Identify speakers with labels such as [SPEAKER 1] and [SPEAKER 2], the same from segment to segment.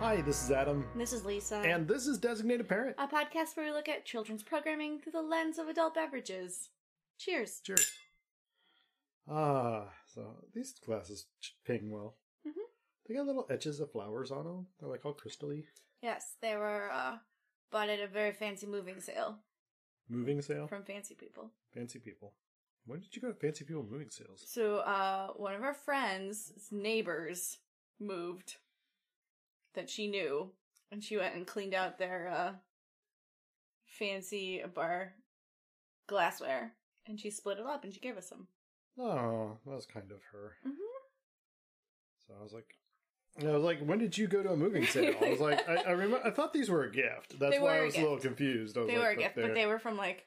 [SPEAKER 1] Hi, this is Adam,
[SPEAKER 2] This is Lisa.
[SPEAKER 1] and this is Designated Parent.
[SPEAKER 2] a podcast where we look at children's programming through the lens of adult beverages. Cheers.
[SPEAKER 1] Cheers. Ah, so these glasses ch- ping well.
[SPEAKER 3] Mm-hmm.
[SPEAKER 2] Mhm.
[SPEAKER 1] They got little etches of flowers on them. They're like all crystally.
[SPEAKER 3] Yes, they were uh, bought at a very fancy moving sale
[SPEAKER 1] Moving sale,
[SPEAKER 3] from fancy people.
[SPEAKER 1] fancy people. When did you go to fancy people moving sales?
[SPEAKER 3] So, uh, one of our friends' neighbors moved that she knew, and she went and cleaned out their uh, fancy bar glassware, and she split it up and she gave us some.
[SPEAKER 1] Oh, that was kind of her.
[SPEAKER 3] Mm-hmm.
[SPEAKER 1] So I was like, I was like, when did you go to a moving sale? I was like, I, I remember. I thought these were a gift. That's
[SPEAKER 3] They
[SPEAKER 1] why
[SPEAKER 3] were
[SPEAKER 1] I
[SPEAKER 3] a
[SPEAKER 1] was a,
[SPEAKER 3] gift.
[SPEAKER 1] little confused. I was
[SPEAKER 3] They
[SPEAKER 1] like,
[SPEAKER 3] were a gift, but
[SPEAKER 1] they're-
[SPEAKER 3] they were from like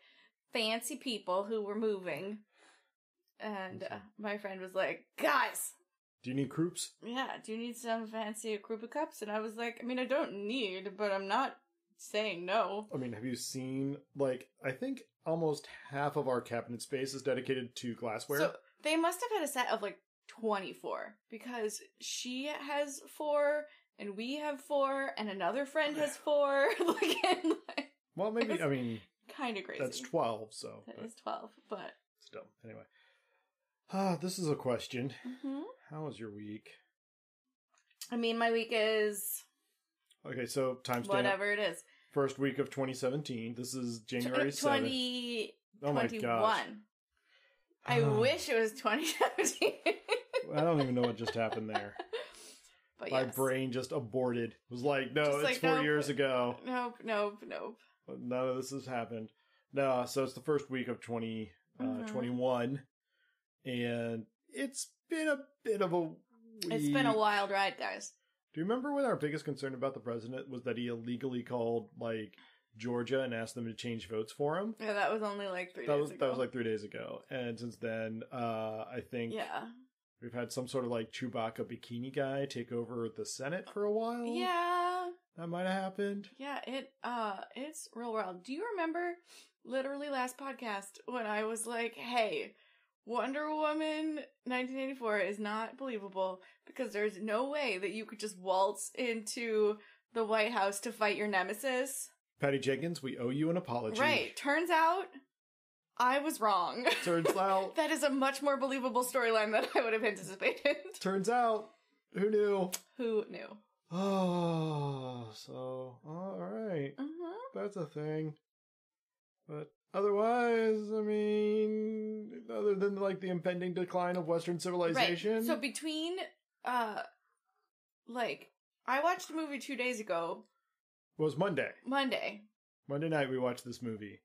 [SPEAKER 3] fancy people who were moving. And uh, my friend was like, guys,
[SPEAKER 1] Do you need croups?
[SPEAKER 3] yeah, do you need some fancy Krupa cups? And I was like, I mean, I don't need, but I'm not saying no.
[SPEAKER 1] I mean, have you seen like I think almost half of our cabinet space is dedicated to glassware.
[SPEAKER 3] So they must have had a set of like 24 because she has four and we have four and another friend has four. like, and like,
[SPEAKER 1] well, maybe I mean
[SPEAKER 3] kind of crazy.
[SPEAKER 1] that's twelve, so
[SPEAKER 3] That
[SPEAKER 1] but
[SPEAKER 3] is 12, but.
[SPEAKER 1] still. Anyway, ah, this is a question.
[SPEAKER 3] hmm
[SPEAKER 1] How was your week?
[SPEAKER 3] I mean, my week is
[SPEAKER 1] Okay, so timestamp
[SPEAKER 3] whatever it is.
[SPEAKER 1] first week of 2017. This is
[SPEAKER 3] Tw- er, uh,
[SPEAKER 1] January 7th.
[SPEAKER 3] 20,
[SPEAKER 1] Oh my gosh! Ah,
[SPEAKER 3] 21. I wish it was 2017.
[SPEAKER 1] I don't even know what just happened there.
[SPEAKER 3] but
[SPEAKER 1] My
[SPEAKER 3] yes.
[SPEAKER 1] brain just aborted. It was like, no,
[SPEAKER 3] Just
[SPEAKER 1] it's
[SPEAKER 3] like, oh,
[SPEAKER 1] four
[SPEAKER 3] nope.
[SPEAKER 1] years ago.
[SPEAKER 3] Nope, nope, nope.
[SPEAKER 1] None of this has happened. No, so it's the first week of 20, uh,
[SPEAKER 3] Mhm.
[SPEAKER 1] 21, and it's been a bit of a week.
[SPEAKER 3] It's been a wild ride, guys.
[SPEAKER 1] Do you remember when our biggest concern about the president was that he illegally called, like, Georgia and asked them to change votes for him?
[SPEAKER 3] Yeah, that was only like three
[SPEAKER 1] That
[SPEAKER 3] days
[SPEAKER 1] was
[SPEAKER 3] ago.
[SPEAKER 1] that was like three days ago, and since then, uh, I think
[SPEAKER 3] yeah,
[SPEAKER 1] we've had some sort of like Chewbacca bikini guy take over the Senate for a while.
[SPEAKER 3] yeah,
[SPEAKER 1] that might have happened.
[SPEAKER 3] yeah. It uh, it's real wild. Do you remember, literally last podcast when I was like, "Hey, Wonder Woman 1984 is not believable because there's no way that you could just waltz into the White House to fight your nemesis."
[SPEAKER 1] Patty Jenkins, we owe you an apology.
[SPEAKER 3] Right? Turns out, I was wrong.
[SPEAKER 1] Turns out
[SPEAKER 3] that is a much more believable storyline than I would have anticipated.
[SPEAKER 1] Turns out, who knew?
[SPEAKER 3] Who knew?
[SPEAKER 1] Oh, so all right,
[SPEAKER 3] Mm-hmm.
[SPEAKER 1] that's a thing. But otherwise, I mean, other than like the impending decline of Western civilization,
[SPEAKER 3] Right. So between uh like I watched a movie 2 days ago,
[SPEAKER 1] was Monday.
[SPEAKER 3] Monday.
[SPEAKER 1] Monday night we watched this movie.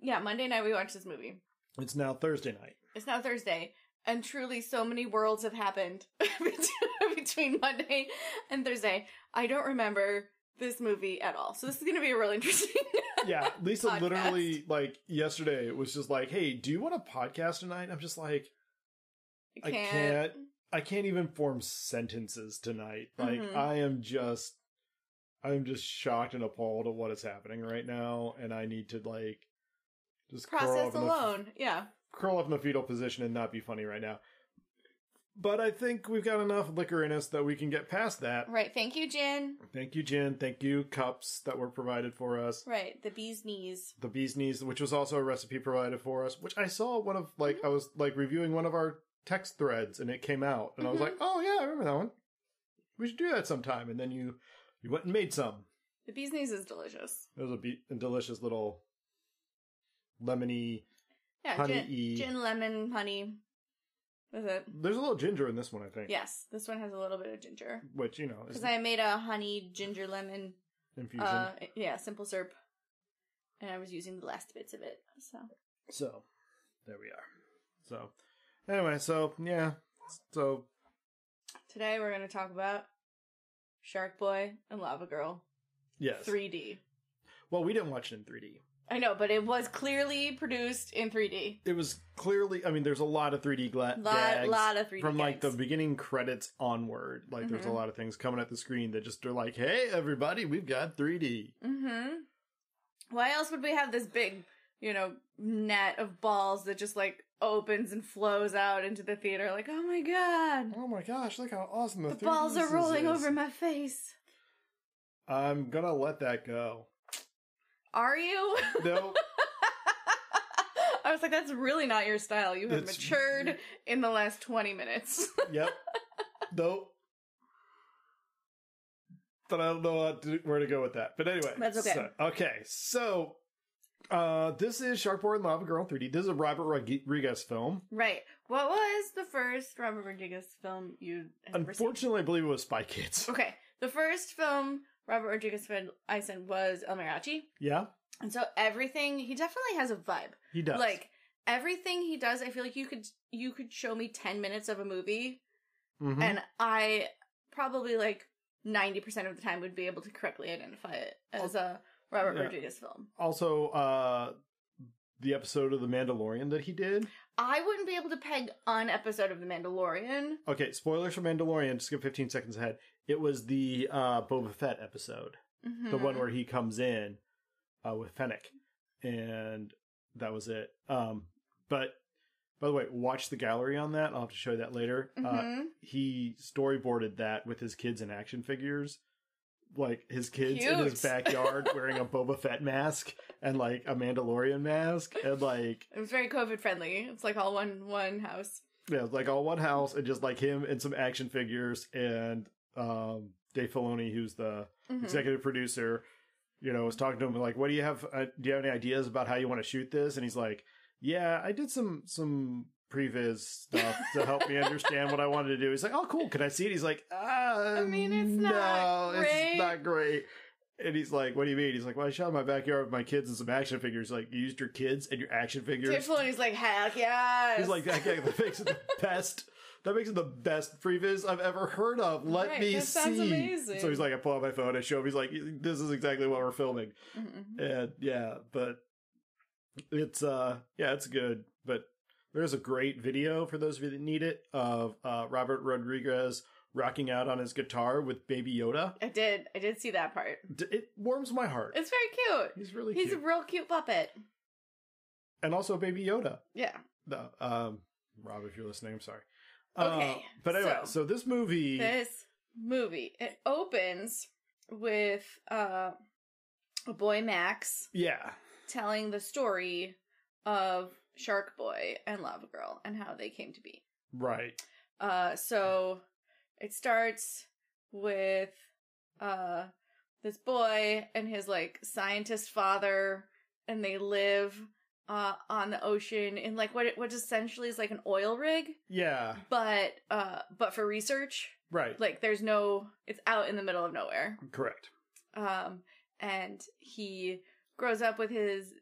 [SPEAKER 3] Yeah, Monday night we watched this movie.
[SPEAKER 1] It's now Thursday night.
[SPEAKER 3] It's now Thursday, and truly so many worlds have happened between Monday and Thursday. I don't remember this movie at all. So this is going to be really interesting.
[SPEAKER 1] Yeah, Lisa
[SPEAKER 3] Podcast.
[SPEAKER 1] literally like yesterday was just like, "Hey, do you want a podcast tonight?" I'm just like, I can't. I can't even form sentences tonight. Like
[SPEAKER 3] Mhm.
[SPEAKER 1] I am just I'm just shocked and appalled at what is happening right now and I need to like just curl up
[SPEAKER 3] process
[SPEAKER 1] in the-
[SPEAKER 3] alone. yeah.
[SPEAKER 1] curl up in the fetal position and not be funny right now. But I think we've got enough liquor in us that we can get past that.
[SPEAKER 3] Right. Thank you, Jen.
[SPEAKER 1] Thank you, Jen. Thank you, cups that were provided for us.
[SPEAKER 3] Right. The bee's knees.
[SPEAKER 1] The bee's knees, which was also a recipe provided for us, which I saw one of
[SPEAKER 3] Mm-hmm.
[SPEAKER 1] like I was like reviewing one of our text threads and it came out and I was
[SPEAKER 3] Mhm.
[SPEAKER 1] like, Oh yeah, I remember that one. We should do that sometime. And then you you went and made some.
[SPEAKER 3] The bee's knees is delicious.
[SPEAKER 1] It was a, be- a delicious little lemony
[SPEAKER 3] Yeah,
[SPEAKER 1] honey E.
[SPEAKER 3] gin,
[SPEAKER 1] y
[SPEAKER 3] gin, lemon, honey. Is it?
[SPEAKER 1] There's a little ginger in this one, I think.
[SPEAKER 3] Yes, this one has a little bit of ginger
[SPEAKER 1] Which, you know, is
[SPEAKER 3] because I made a honey ginger lemon.
[SPEAKER 1] infusion.
[SPEAKER 3] Uh, yeah, simple syrup, and I was using the last bits of it. So
[SPEAKER 1] So there we are. So anyway, so yeah. So
[SPEAKER 3] today we're going to talk about Shark Boy and Lava Girl
[SPEAKER 1] Yes.
[SPEAKER 3] 3D.
[SPEAKER 1] Well, we didn't watch it in 3D.
[SPEAKER 3] I know, but it was clearly produced in 3D.
[SPEAKER 1] It was clearly. I mean, there's a lot of 3D gla-
[SPEAKER 3] Lot,
[SPEAKER 1] Uh, gags
[SPEAKER 3] lot of 3D
[SPEAKER 1] from like the
[SPEAKER 3] gags.
[SPEAKER 1] beginning credits onward. Like there's a
[SPEAKER 3] Mhm.
[SPEAKER 1] lot of things coming at the screen that just are like, "Hey, everybody, we've got 3D."
[SPEAKER 3] Mm-hmm. Why else would we have this big, you know, net of balls that just like opens and flows out into the theater? Like, oh my god,
[SPEAKER 1] Oh my gosh! Look how awesome the,
[SPEAKER 3] the
[SPEAKER 1] 3D
[SPEAKER 3] balls are
[SPEAKER 1] this
[SPEAKER 3] rolling
[SPEAKER 1] is.
[SPEAKER 3] over my face.
[SPEAKER 1] I'm gonna let that go.
[SPEAKER 3] Are you?
[SPEAKER 1] No,
[SPEAKER 3] I was like, that's really not your style. You have
[SPEAKER 1] It's-
[SPEAKER 3] matured in the last 20 minutes.
[SPEAKER 1] yep, nope. But I don't know how to, where to go with that. But anyway,
[SPEAKER 3] That's okay.
[SPEAKER 1] So, okay, so uh, this is Sharkboy and Lava Girl in 3D. This is a Robert Rodriguez film.
[SPEAKER 3] right. What was the first Robert Rodriguez film you had ever seen?
[SPEAKER 1] Unfortunately, I believe it was Spy Kids.
[SPEAKER 3] Okay. The first film Robert Rodriguez film I sent was El Mariachi.
[SPEAKER 1] Yeah,
[SPEAKER 3] And so everything, he definitely has a vibe.
[SPEAKER 1] he does.
[SPEAKER 3] Like everything he does, I feel like you could you could show me 10 minutes of a movie
[SPEAKER 1] Mhm.
[SPEAKER 3] and I probably like 90% of the time would be able to correctly identify it as a Robert
[SPEAKER 1] Yeah.
[SPEAKER 3] Rodriguez film.
[SPEAKER 1] also, uh, the episode of The Mandalorian that he did.
[SPEAKER 3] I wouldn't be able to peg an episode of The Mandalorian.
[SPEAKER 1] Okay, spoilers for Mandalorian. Just skip 15 seconds ahead. It was the uh, Boba Fett episode. the
[SPEAKER 3] Mm-hmm.
[SPEAKER 1] one where he comes in uh, with Fennec, and that was it. Um, but by the way, watch the gallery on that. I'll have to show you that later. Uh,
[SPEAKER 3] Mhm.
[SPEAKER 1] he storyboarded that with his kids and action figures, like his kids in his
[SPEAKER 3] Cute.
[SPEAKER 1] backyard wearing a Boba Fett mask and like a Mandalorian mask, and like
[SPEAKER 3] It was very COVID friendly. It's like all one one house.
[SPEAKER 1] yeah, like all one house, and just like him and some action figures and um, Dave Filoni, who's the
[SPEAKER 3] Mhm.
[SPEAKER 1] executive producer, you know, was talking to him like, "What do you have? Uh, do you have any ideas about how you want to shoot this?" And he's like, "Yeah, I did some some previs stuff to help me understand what I wanted to do." He's like, "Oh, cool. Can I see it?" He's like, uh,
[SPEAKER 3] mean, it's not
[SPEAKER 1] no,
[SPEAKER 3] great."
[SPEAKER 1] it's not great." And he's like, "What do you mean?" He's like, "Well, I shot in my backyard with my kids and some action figures. Like, you used your kids and your action figures."
[SPEAKER 3] Dave Filoni's like, heck yes.
[SPEAKER 1] He's like, "That, that makes it the best." That makes it the best previs I've ever heard of. Let
[SPEAKER 3] Right,
[SPEAKER 1] me
[SPEAKER 3] that
[SPEAKER 1] see.
[SPEAKER 3] sounds amazing.
[SPEAKER 1] So he's like, I pull out my phone, I show him. He's like, "This is exactly what we're filming."
[SPEAKER 3] Mhm.
[SPEAKER 1] And yeah, but it's uh yeah, it's good. But there's a great video for those of you that need it of uh Robert Rodriguez rocking out on his guitar with Baby Yoda.
[SPEAKER 3] I did. I did see that part.
[SPEAKER 1] D- It warms my heart.
[SPEAKER 3] It's very cute.
[SPEAKER 1] he's really
[SPEAKER 3] He's
[SPEAKER 1] cute.
[SPEAKER 3] a real cute puppet.
[SPEAKER 1] and also Baby Yoda.
[SPEAKER 3] Yeah.
[SPEAKER 1] No, um Rob, if you're listening, I'm sorry.
[SPEAKER 3] Okay,
[SPEAKER 1] Uh, but anyway,
[SPEAKER 3] so-
[SPEAKER 1] so, this movie
[SPEAKER 3] This movie it opens with uh, a boy Max
[SPEAKER 1] Yeah.
[SPEAKER 3] telling the story of Shark Boy and Lava Girl and how they came to be.
[SPEAKER 1] Right.
[SPEAKER 3] Uh, so it starts with uh this boy and his like scientist father, and they live uh on the ocean in like what what essentially is like an oil rig,
[SPEAKER 1] Yeah.
[SPEAKER 3] but uh but for research.
[SPEAKER 1] Right.
[SPEAKER 3] Like there's no, it's out in the middle of nowhere.
[SPEAKER 1] Correct.
[SPEAKER 3] Um, and he grows up with his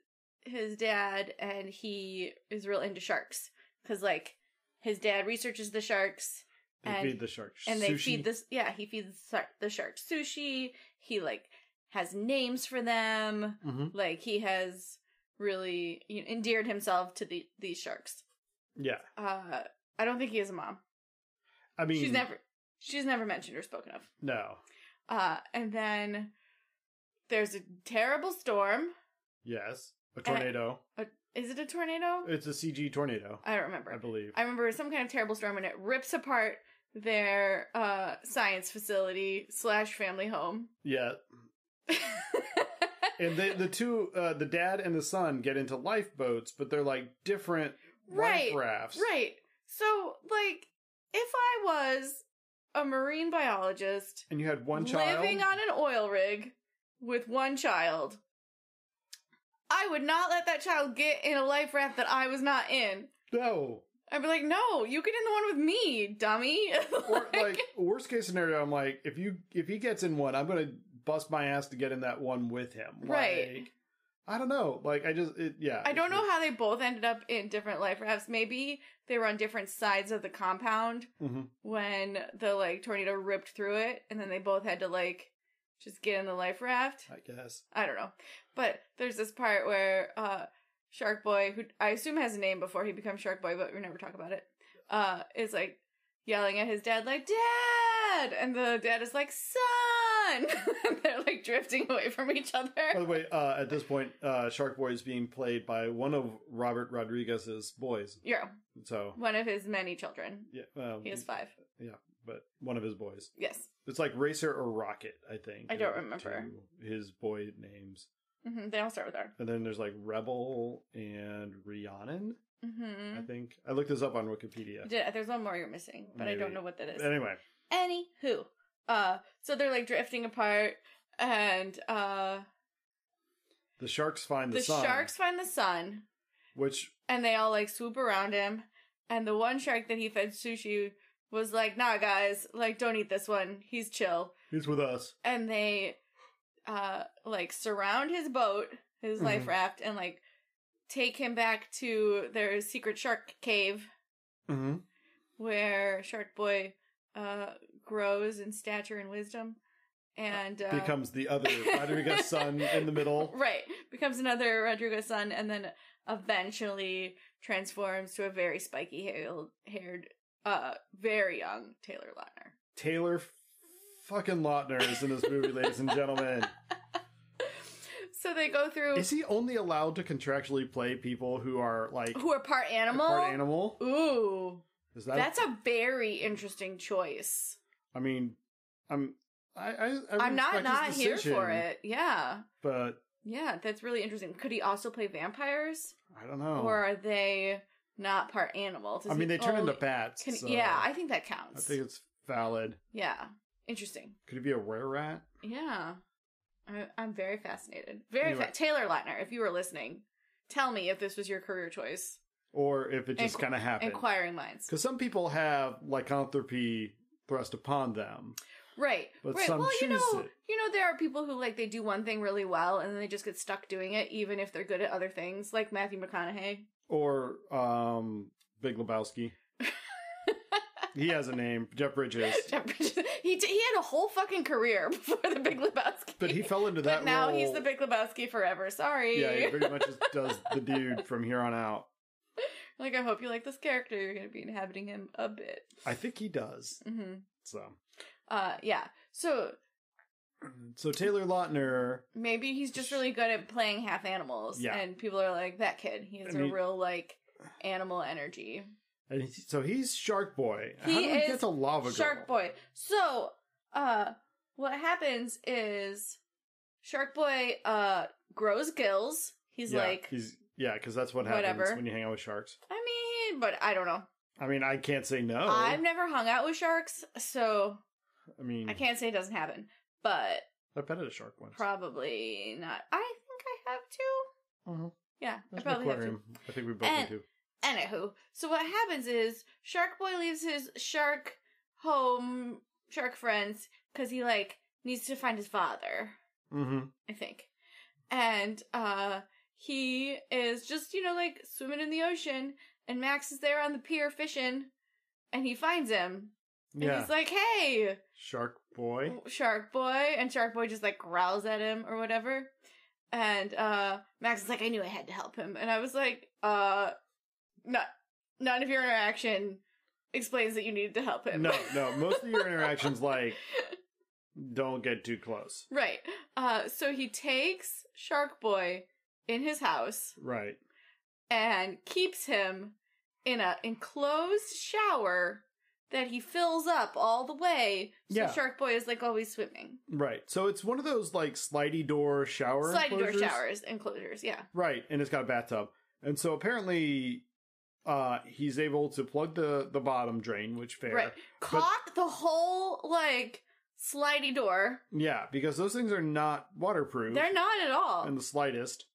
[SPEAKER 3] his dad, and he is real into sharks because like his dad researches the sharks
[SPEAKER 1] They
[SPEAKER 3] And-
[SPEAKER 1] feed the sharks.
[SPEAKER 3] and they
[SPEAKER 1] sushi.
[SPEAKER 3] feed this yeah he feeds the shark, the shark sushi he like has names for them
[SPEAKER 1] Mhm.
[SPEAKER 3] like he has really you know, endeared himself to the these sharks
[SPEAKER 1] Yeah.
[SPEAKER 3] uh i don't think he has a mom
[SPEAKER 1] I mean
[SPEAKER 3] she's never she's never mentioned or spoken of
[SPEAKER 1] No.
[SPEAKER 3] uh and then there's a terrible storm
[SPEAKER 1] Yes. A tornado.
[SPEAKER 3] is it a tornado
[SPEAKER 1] It's a CG tornado,
[SPEAKER 3] i don't remember
[SPEAKER 1] I believe.
[SPEAKER 3] I remember some kind of terrible storm and it rips apart their uh science facility slash family home
[SPEAKER 1] Yeah. And they, the two, uh, the dad and the son, get into lifeboats, but they're like different
[SPEAKER 3] Right,
[SPEAKER 1] life rafts.
[SPEAKER 3] Right. So, like, if I was a marine biologist
[SPEAKER 1] And you had one child.
[SPEAKER 3] living on an oil rig with one child, I would not let that child get in a life raft that I was not in.
[SPEAKER 1] no.
[SPEAKER 3] I'd be like, no, you get in the one with me, dummy.
[SPEAKER 1] Or like worst case scenario, I'm like, if you if he gets in one, I'm gonna bust my ass to get in that one with him.
[SPEAKER 3] Right.
[SPEAKER 1] Like, I don't know. Like I just it, yeah.
[SPEAKER 3] I
[SPEAKER 1] it's
[SPEAKER 3] don't know
[SPEAKER 1] weird.
[SPEAKER 3] how they both ended up in different life rafts. Maybe they were on different sides of the compound
[SPEAKER 1] Mhm.
[SPEAKER 3] when the like tornado ripped through it, and then they both had to like just get in the life raft.
[SPEAKER 1] I guess.
[SPEAKER 3] I don't know. But there's this part where uh Shark Boy, who I assume has a name before he becomes Shark Boy, but we never talk about it, uh, is like yelling at his dad, like, Dad! And the dad is like, Son! and they're like drifting away from each other.
[SPEAKER 1] By the way, uh, at this point, uh, Shark Boy is being played by one of Robert Rodriguez's boys.
[SPEAKER 3] Yeah,
[SPEAKER 1] So
[SPEAKER 3] one of his many children.
[SPEAKER 1] yeah, um,
[SPEAKER 3] He has five.
[SPEAKER 1] but one of his boys.
[SPEAKER 3] Yes.
[SPEAKER 1] It's like Racer or Rocket, I think.
[SPEAKER 3] I don't
[SPEAKER 1] are
[SPEAKER 3] remember.
[SPEAKER 1] two his boy names.
[SPEAKER 3] hmm They all start with R.
[SPEAKER 1] And then there's like Rebel and Rhiannon,
[SPEAKER 3] Mm-hmm.
[SPEAKER 1] I think. I looked this up on Wikipedia.
[SPEAKER 3] There's one more you're missing, but I
[SPEAKER 1] Maybe.
[SPEAKER 3] don't know what that is.
[SPEAKER 1] Anyway,
[SPEAKER 3] Anywho, uh, so they're like drifting apart, and uh,
[SPEAKER 1] the sharks find the,
[SPEAKER 3] the
[SPEAKER 1] sun,
[SPEAKER 3] sharks find the sun,
[SPEAKER 1] which
[SPEAKER 3] and they all like swoop around him. And the one shark that he fed sushi was like, "Nah, guys, like don't eat this one. He's chill."
[SPEAKER 1] is with us.
[SPEAKER 3] And they, uh, like surround his boat, his life
[SPEAKER 1] Mhm.
[SPEAKER 3] raft, and like take him back to their secret shark cave.
[SPEAKER 1] Mm-hmm.
[SPEAKER 3] where Shark Boy uh, grows in stature and wisdom, and uh,
[SPEAKER 1] Becomes the other Rodriguez son in the middle.
[SPEAKER 3] right becomes another Rodrigo son, and then eventually transforms to a very spiky hail- haired, uh, very young Taylor Lautner.
[SPEAKER 1] Taylor fucking Lautner is in this movie, ladies and gentlemen.
[SPEAKER 3] So they go through
[SPEAKER 1] Is he only allowed to contractually play people who are like
[SPEAKER 3] who are part animal.
[SPEAKER 1] part animal?
[SPEAKER 3] Ooh,
[SPEAKER 1] Is that?
[SPEAKER 3] that's a very interesting choice.
[SPEAKER 1] I mean, I'm. I, I, I
[SPEAKER 3] I'm not
[SPEAKER 1] respect his
[SPEAKER 3] not here
[SPEAKER 1] decision,
[SPEAKER 3] for it. Yeah,
[SPEAKER 1] but
[SPEAKER 3] yeah, that's really interesting. Could he also play vampires?
[SPEAKER 1] I don't know.
[SPEAKER 3] or are they not part animal? Does
[SPEAKER 1] Oh. I mean,
[SPEAKER 3] he
[SPEAKER 1] they turn
[SPEAKER 3] only-
[SPEAKER 1] into bats.
[SPEAKER 3] Can,
[SPEAKER 1] so
[SPEAKER 3] Yeah, I think that
[SPEAKER 1] I
[SPEAKER 3] counts.
[SPEAKER 1] think it's valid.
[SPEAKER 3] yeah, interesting.
[SPEAKER 1] Could it be a were rat?
[SPEAKER 3] Yeah, I, I'm very fascinated. Very
[SPEAKER 1] Anyway.
[SPEAKER 3] fa- Taylor Lautner, if you were listening, tell me if this was your career choice.
[SPEAKER 1] Or if it just
[SPEAKER 3] Inqu-
[SPEAKER 1] kind of happened?
[SPEAKER 3] Inquiring minds,
[SPEAKER 1] Because some people have lycanthropy thrust upon them.
[SPEAKER 3] right?
[SPEAKER 1] But
[SPEAKER 3] right.
[SPEAKER 1] some
[SPEAKER 3] well, you
[SPEAKER 1] choose
[SPEAKER 3] know,
[SPEAKER 1] it.
[SPEAKER 3] you know, there are people who like they do one thing really well and then they just get stuck doing it, even if they're good at other things, like Matthew McConaughey.
[SPEAKER 1] Or um, Big Lebowski. he has a name, Jeff Bridges.
[SPEAKER 3] he d- he had a whole fucking career before the Big Lebowski.
[SPEAKER 1] But he fell into that
[SPEAKER 3] But now
[SPEAKER 1] role.
[SPEAKER 3] he's the Big Lebowski forever. Sorry.
[SPEAKER 1] Yeah, he pretty much just does the dude from here on out.
[SPEAKER 3] like I hope you like this character. You're gonna be inhabiting him a bit.
[SPEAKER 1] I think he does.
[SPEAKER 3] hmm
[SPEAKER 1] So,
[SPEAKER 3] Uh, yeah. So
[SPEAKER 1] so Taylor Lautner.
[SPEAKER 3] maybe he's just really good at playing half animals.
[SPEAKER 1] Yeah.
[SPEAKER 3] And people are like that kid. He has
[SPEAKER 1] And
[SPEAKER 3] a
[SPEAKER 1] he-
[SPEAKER 3] real like animal energy.
[SPEAKER 1] And he- so he's Shark Boy. How
[SPEAKER 3] He
[SPEAKER 1] do we
[SPEAKER 3] is
[SPEAKER 1] get to Lava Girl?
[SPEAKER 3] Shark Boy. So uh, what happens is Shark Boy uh grows gills. He's
[SPEAKER 1] yeah,
[SPEAKER 3] like
[SPEAKER 1] he's yeah, because that's what happens
[SPEAKER 3] Whatever.
[SPEAKER 1] when you hang out with sharks.
[SPEAKER 3] I mean, but I don't know.
[SPEAKER 1] I mean, I can't say no.
[SPEAKER 3] I've never hung out with sharks, so
[SPEAKER 1] I mean,
[SPEAKER 3] I can't say it doesn't happen. But
[SPEAKER 1] I petted a shark once.
[SPEAKER 3] Probably not. I think I have to.
[SPEAKER 1] Mhm.
[SPEAKER 3] Yeah, I
[SPEAKER 1] That's an
[SPEAKER 3] probably have to.
[SPEAKER 1] aquarium. I think we both
[SPEAKER 3] And-
[SPEAKER 1] do.
[SPEAKER 3] Anywho, so what happens is Shark Boy leaves his shark home, shark friends, because he like needs to find his father.
[SPEAKER 1] Mm-hmm.
[SPEAKER 3] I think. And uh he is just, you know, like swimming in the ocean and Max is there on the pier fishing and he finds him. And
[SPEAKER 1] Yeah,
[SPEAKER 3] he's like, Hey
[SPEAKER 1] Shark Boy.
[SPEAKER 3] Shark Boy and Shark Boy just like growls at him or whatever. And uh Max is like, I knew I had to help him and I was like, uh not none of your interaction explains that you needed to help him.
[SPEAKER 1] No, no. Most of your interactions, like, don't get too close.
[SPEAKER 3] right. Uh so he takes Shark Boy in his house
[SPEAKER 1] Right.
[SPEAKER 3] and keeps him in a enclosed shower that he fills up all the way. So
[SPEAKER 1] Yeah.
[SPEAKER 3] Shark Boy is like always swimming.
[SPEAKER 1] Right. So it's one of those like slidey door shower.
[SPEAKER 3] Sliding door
[SPEAKER 1] enclosures.
[SPEAKER 3] showers, enclosures, yeah.
[SPEAKER 1] Right, and it's got a bathtub. And so apparently uh he's able to plug the the bottom drain, which fair.
[SPEAKER 3] Right. Caulk the whole like slidey door.
[SPEAKER 1] Yeah, because those things are not waterproof
[SPEAKER 3] They're not at all.
[SPEAKER 1] in the slightest.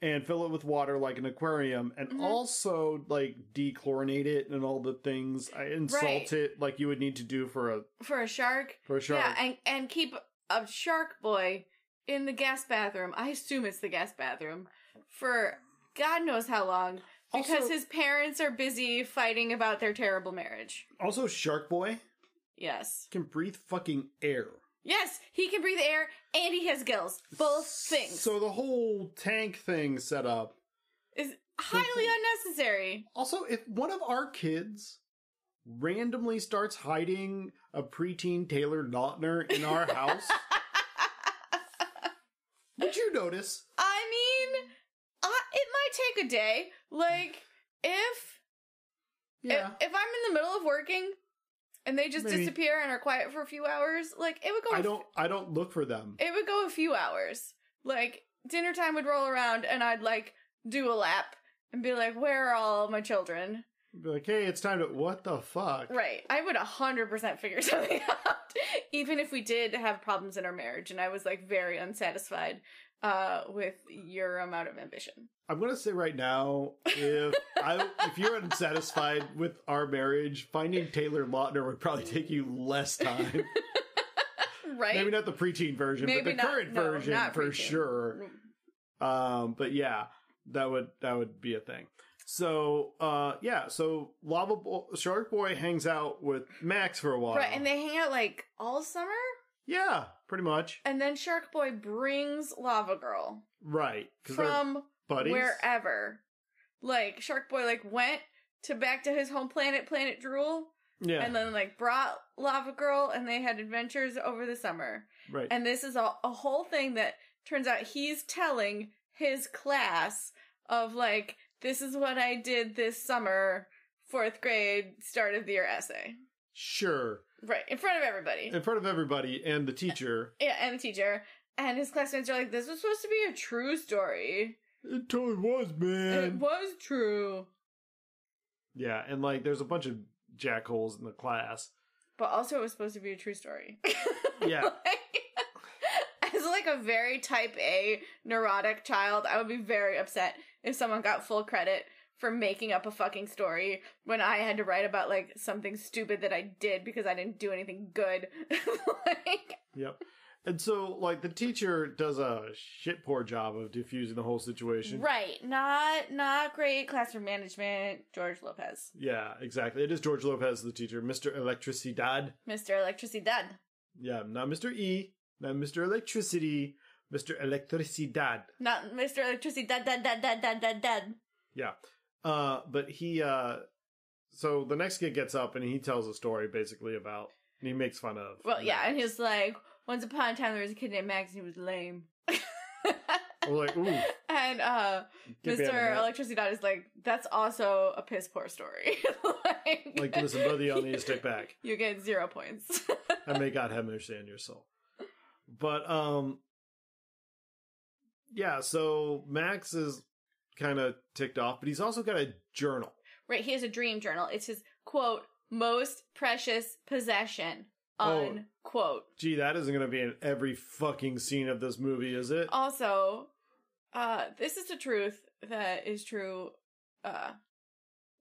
[SPEAKER 1] And fill it with water like an aquarium and
[SPEAKER 3] Mhm. also
[SPEAKER 1] also like dechlorinate it and all the things. I insult
[SPEAKER 3] Right.
[SPEAKER 1] it like you would need to do for a
[SPEAKER 3] For a shark.
[SPEAKER 1] for a shark.
[SPEAKER 3] Yeah, and and keep a shark boy in the gas bathroom. I assume it's the gas bathroom for God knows how long because
[SPEAKER 1] Also-
[SPEAKER 3] his parents are busy fighting about their terrible marriage.
[SPEAKER 1] Also, Shark Boy
[SPEAKER 3] Yes.
[SPEAKER 1] can breathe fucking air.
[SPEAKER 3] Yes, he can breathe air and he has gills. Both things.
[SPEAKER 1] So the whole tank thing set up.
[SPEAKER 3] is highly unnecessary.
[SPEAKER 1] Also, if one of our kids randomly starts hiding a preteen Taylor Lautner in our house, would you notice?
[SPEAKER 3] I mean, uh, it might take a day. Like, if
[SPEAKER 1] Yeah.
[SPEAKER 3] if, if I'm in the middle of working and they just
[SPEAKER 1] Maybe.
[SPEAKER 3] disappear and are quiet for a few hours, like it would go. a
[SPEAKER 1] I
[SPEAKER 3] f-
[SPEAKER 1] don't I don't look for them.
[SPEAKER 3] It would go a few hours. Like dinner time would roll around, and I'd like do a lap and be like, "Where are all my children?"
[SPEAKER 1] Be like, hey, it's time to what the fuck?
[SPEAKER 3] Right. I would hundred percent figure something out, even if we did have problems in our marriage, and I was like very unsatisfied uh, with your amount of ambition.
[SPEAKER 1] I'm gonna say right now, if I if you're unsatisfied with our marriage, finding Taylor Lautner would probably take you less time.
[SPEAKER 3] Right.
[SPEAKER 1] Maybe not the preteen version, but
[SPEAKER 3] Maybe
[SPEAKER 1] the
[SPEAKER 3] not-
[SPEAKER 1] current
[SPEAKER 3] no,
[SPEAKER 1] version
[SPEAKER 3] not
[SPEAKER 1] for
[SPEAKER 3] preteen.
[SPEAKER 1] sure. Um, but yeah, that would that would be a thing. So uh, yeah, so Lava Bo- Shark Boy hangs out with Max for a while.
[SPEAKER 3] Right, and they hang out like all summer,
[SPEAKER 1] yeah, pretty much
[SPEAKER 3] and then Shark Boy brings Lava Girl
[SPEAKER 1] right 'cause they're
[SPEAKER 3] from
[SPEAKER 1] buddies.
[SPEAKER 3] wherever. Like Shark Boy, like went to back to his home planet, Planet Drool,
[SPEAKER 1] yeah,
[SPEAKER 3] and then like brought Lava Girl, and they had adventures over the summer.
[SPEAKER 1] right.
[SPEAKER 3] And this is a, a whole thing that turns out he's telling his class of like, this is what I did this summer, fourth grade, start of the year essay.
[SPEAKER 1] sure,
[SPEAKER 3] Right, in front of everybody.
[SPEAKER 1] in front of everybody and the teacher.
[SPEAKER 3] Yeah, and the teacher. And his classmates are like, this was supposed to be a true story.
[SPEAKER 1] It totally was, man.
[SPEAKER 3] it was true.
[SPEAKER 1] Yeah, and like there's a bunch of jackholes in the class.
[SPEAKER 3] But also, it was supposed to be a true story.
[SPEAKER 1] Yeah.
[SPEAKER 3] Like, as like a very type A neurotic child, I would be very upset if someone got full credit for making up a fucking story when I had to write about like something stupid that I did because I didn't do anything good. like,
[SPEAKER 1] Yep. And so like the teacher does a shit poor job of diffusing the whole situation.
[SPEAKER 3] right? Not not great classroom management, George Lopez,
[SPEAKER 1] Yeah, exactly. It is George Lopez, the teacher, Mr. Electricidad.
[SPEAKER 3] Mister Electricidad.
[SPEAKER 1] Yeah, not Mr. E, not Mr. Electricity, Mr. Electricidad.
[SPEAKER 3] Not Mr. Electricity. Dad, dad, dad, dad, dad, dad, dad.
[SPEAKER 1] Uh, but he, uh, so the next kid gets up and he tells a story basically about, and he makes fun of.
[SPEAKER 3] Well, yeah, and
[SPEAKER 1] Max.
[SPEAKER 3] he was like, once upon a time there was a kid named Max and he was lame.
[SPEAKER 1] I was like, ooh,
[SPEAKER 3] and uh,
[SPEAKER 1] get
[SPEAKER 3] Mr.
[SPEAKER 1] behind that.
[SPEAKER 3] Electricity Dad is like, that's also a piss poor story. like,
[SPEAKER 1] Like, listen, brother, y'all need to stick back.
[SPEAKER 3] You get zero points.
[SPEAKER 1] and may God have mercy on your soul. But um yeah, so Max is kind of ticked off, but he's also got a journal.
[SPEAKER 3] right, he has a dream journal. It's his quote, most precious possession,
[SPEAKER 1] Oh.
[SPEAKER 3] unquote.
[SPEAKER 1] Gee, that isn't going to be in every fucking scene of this movie, is
[SPEAKER 3] Oh.
[SPEAKER 1] it?
[SPEAKER 3] Also, uh, this is the truth that is true uh,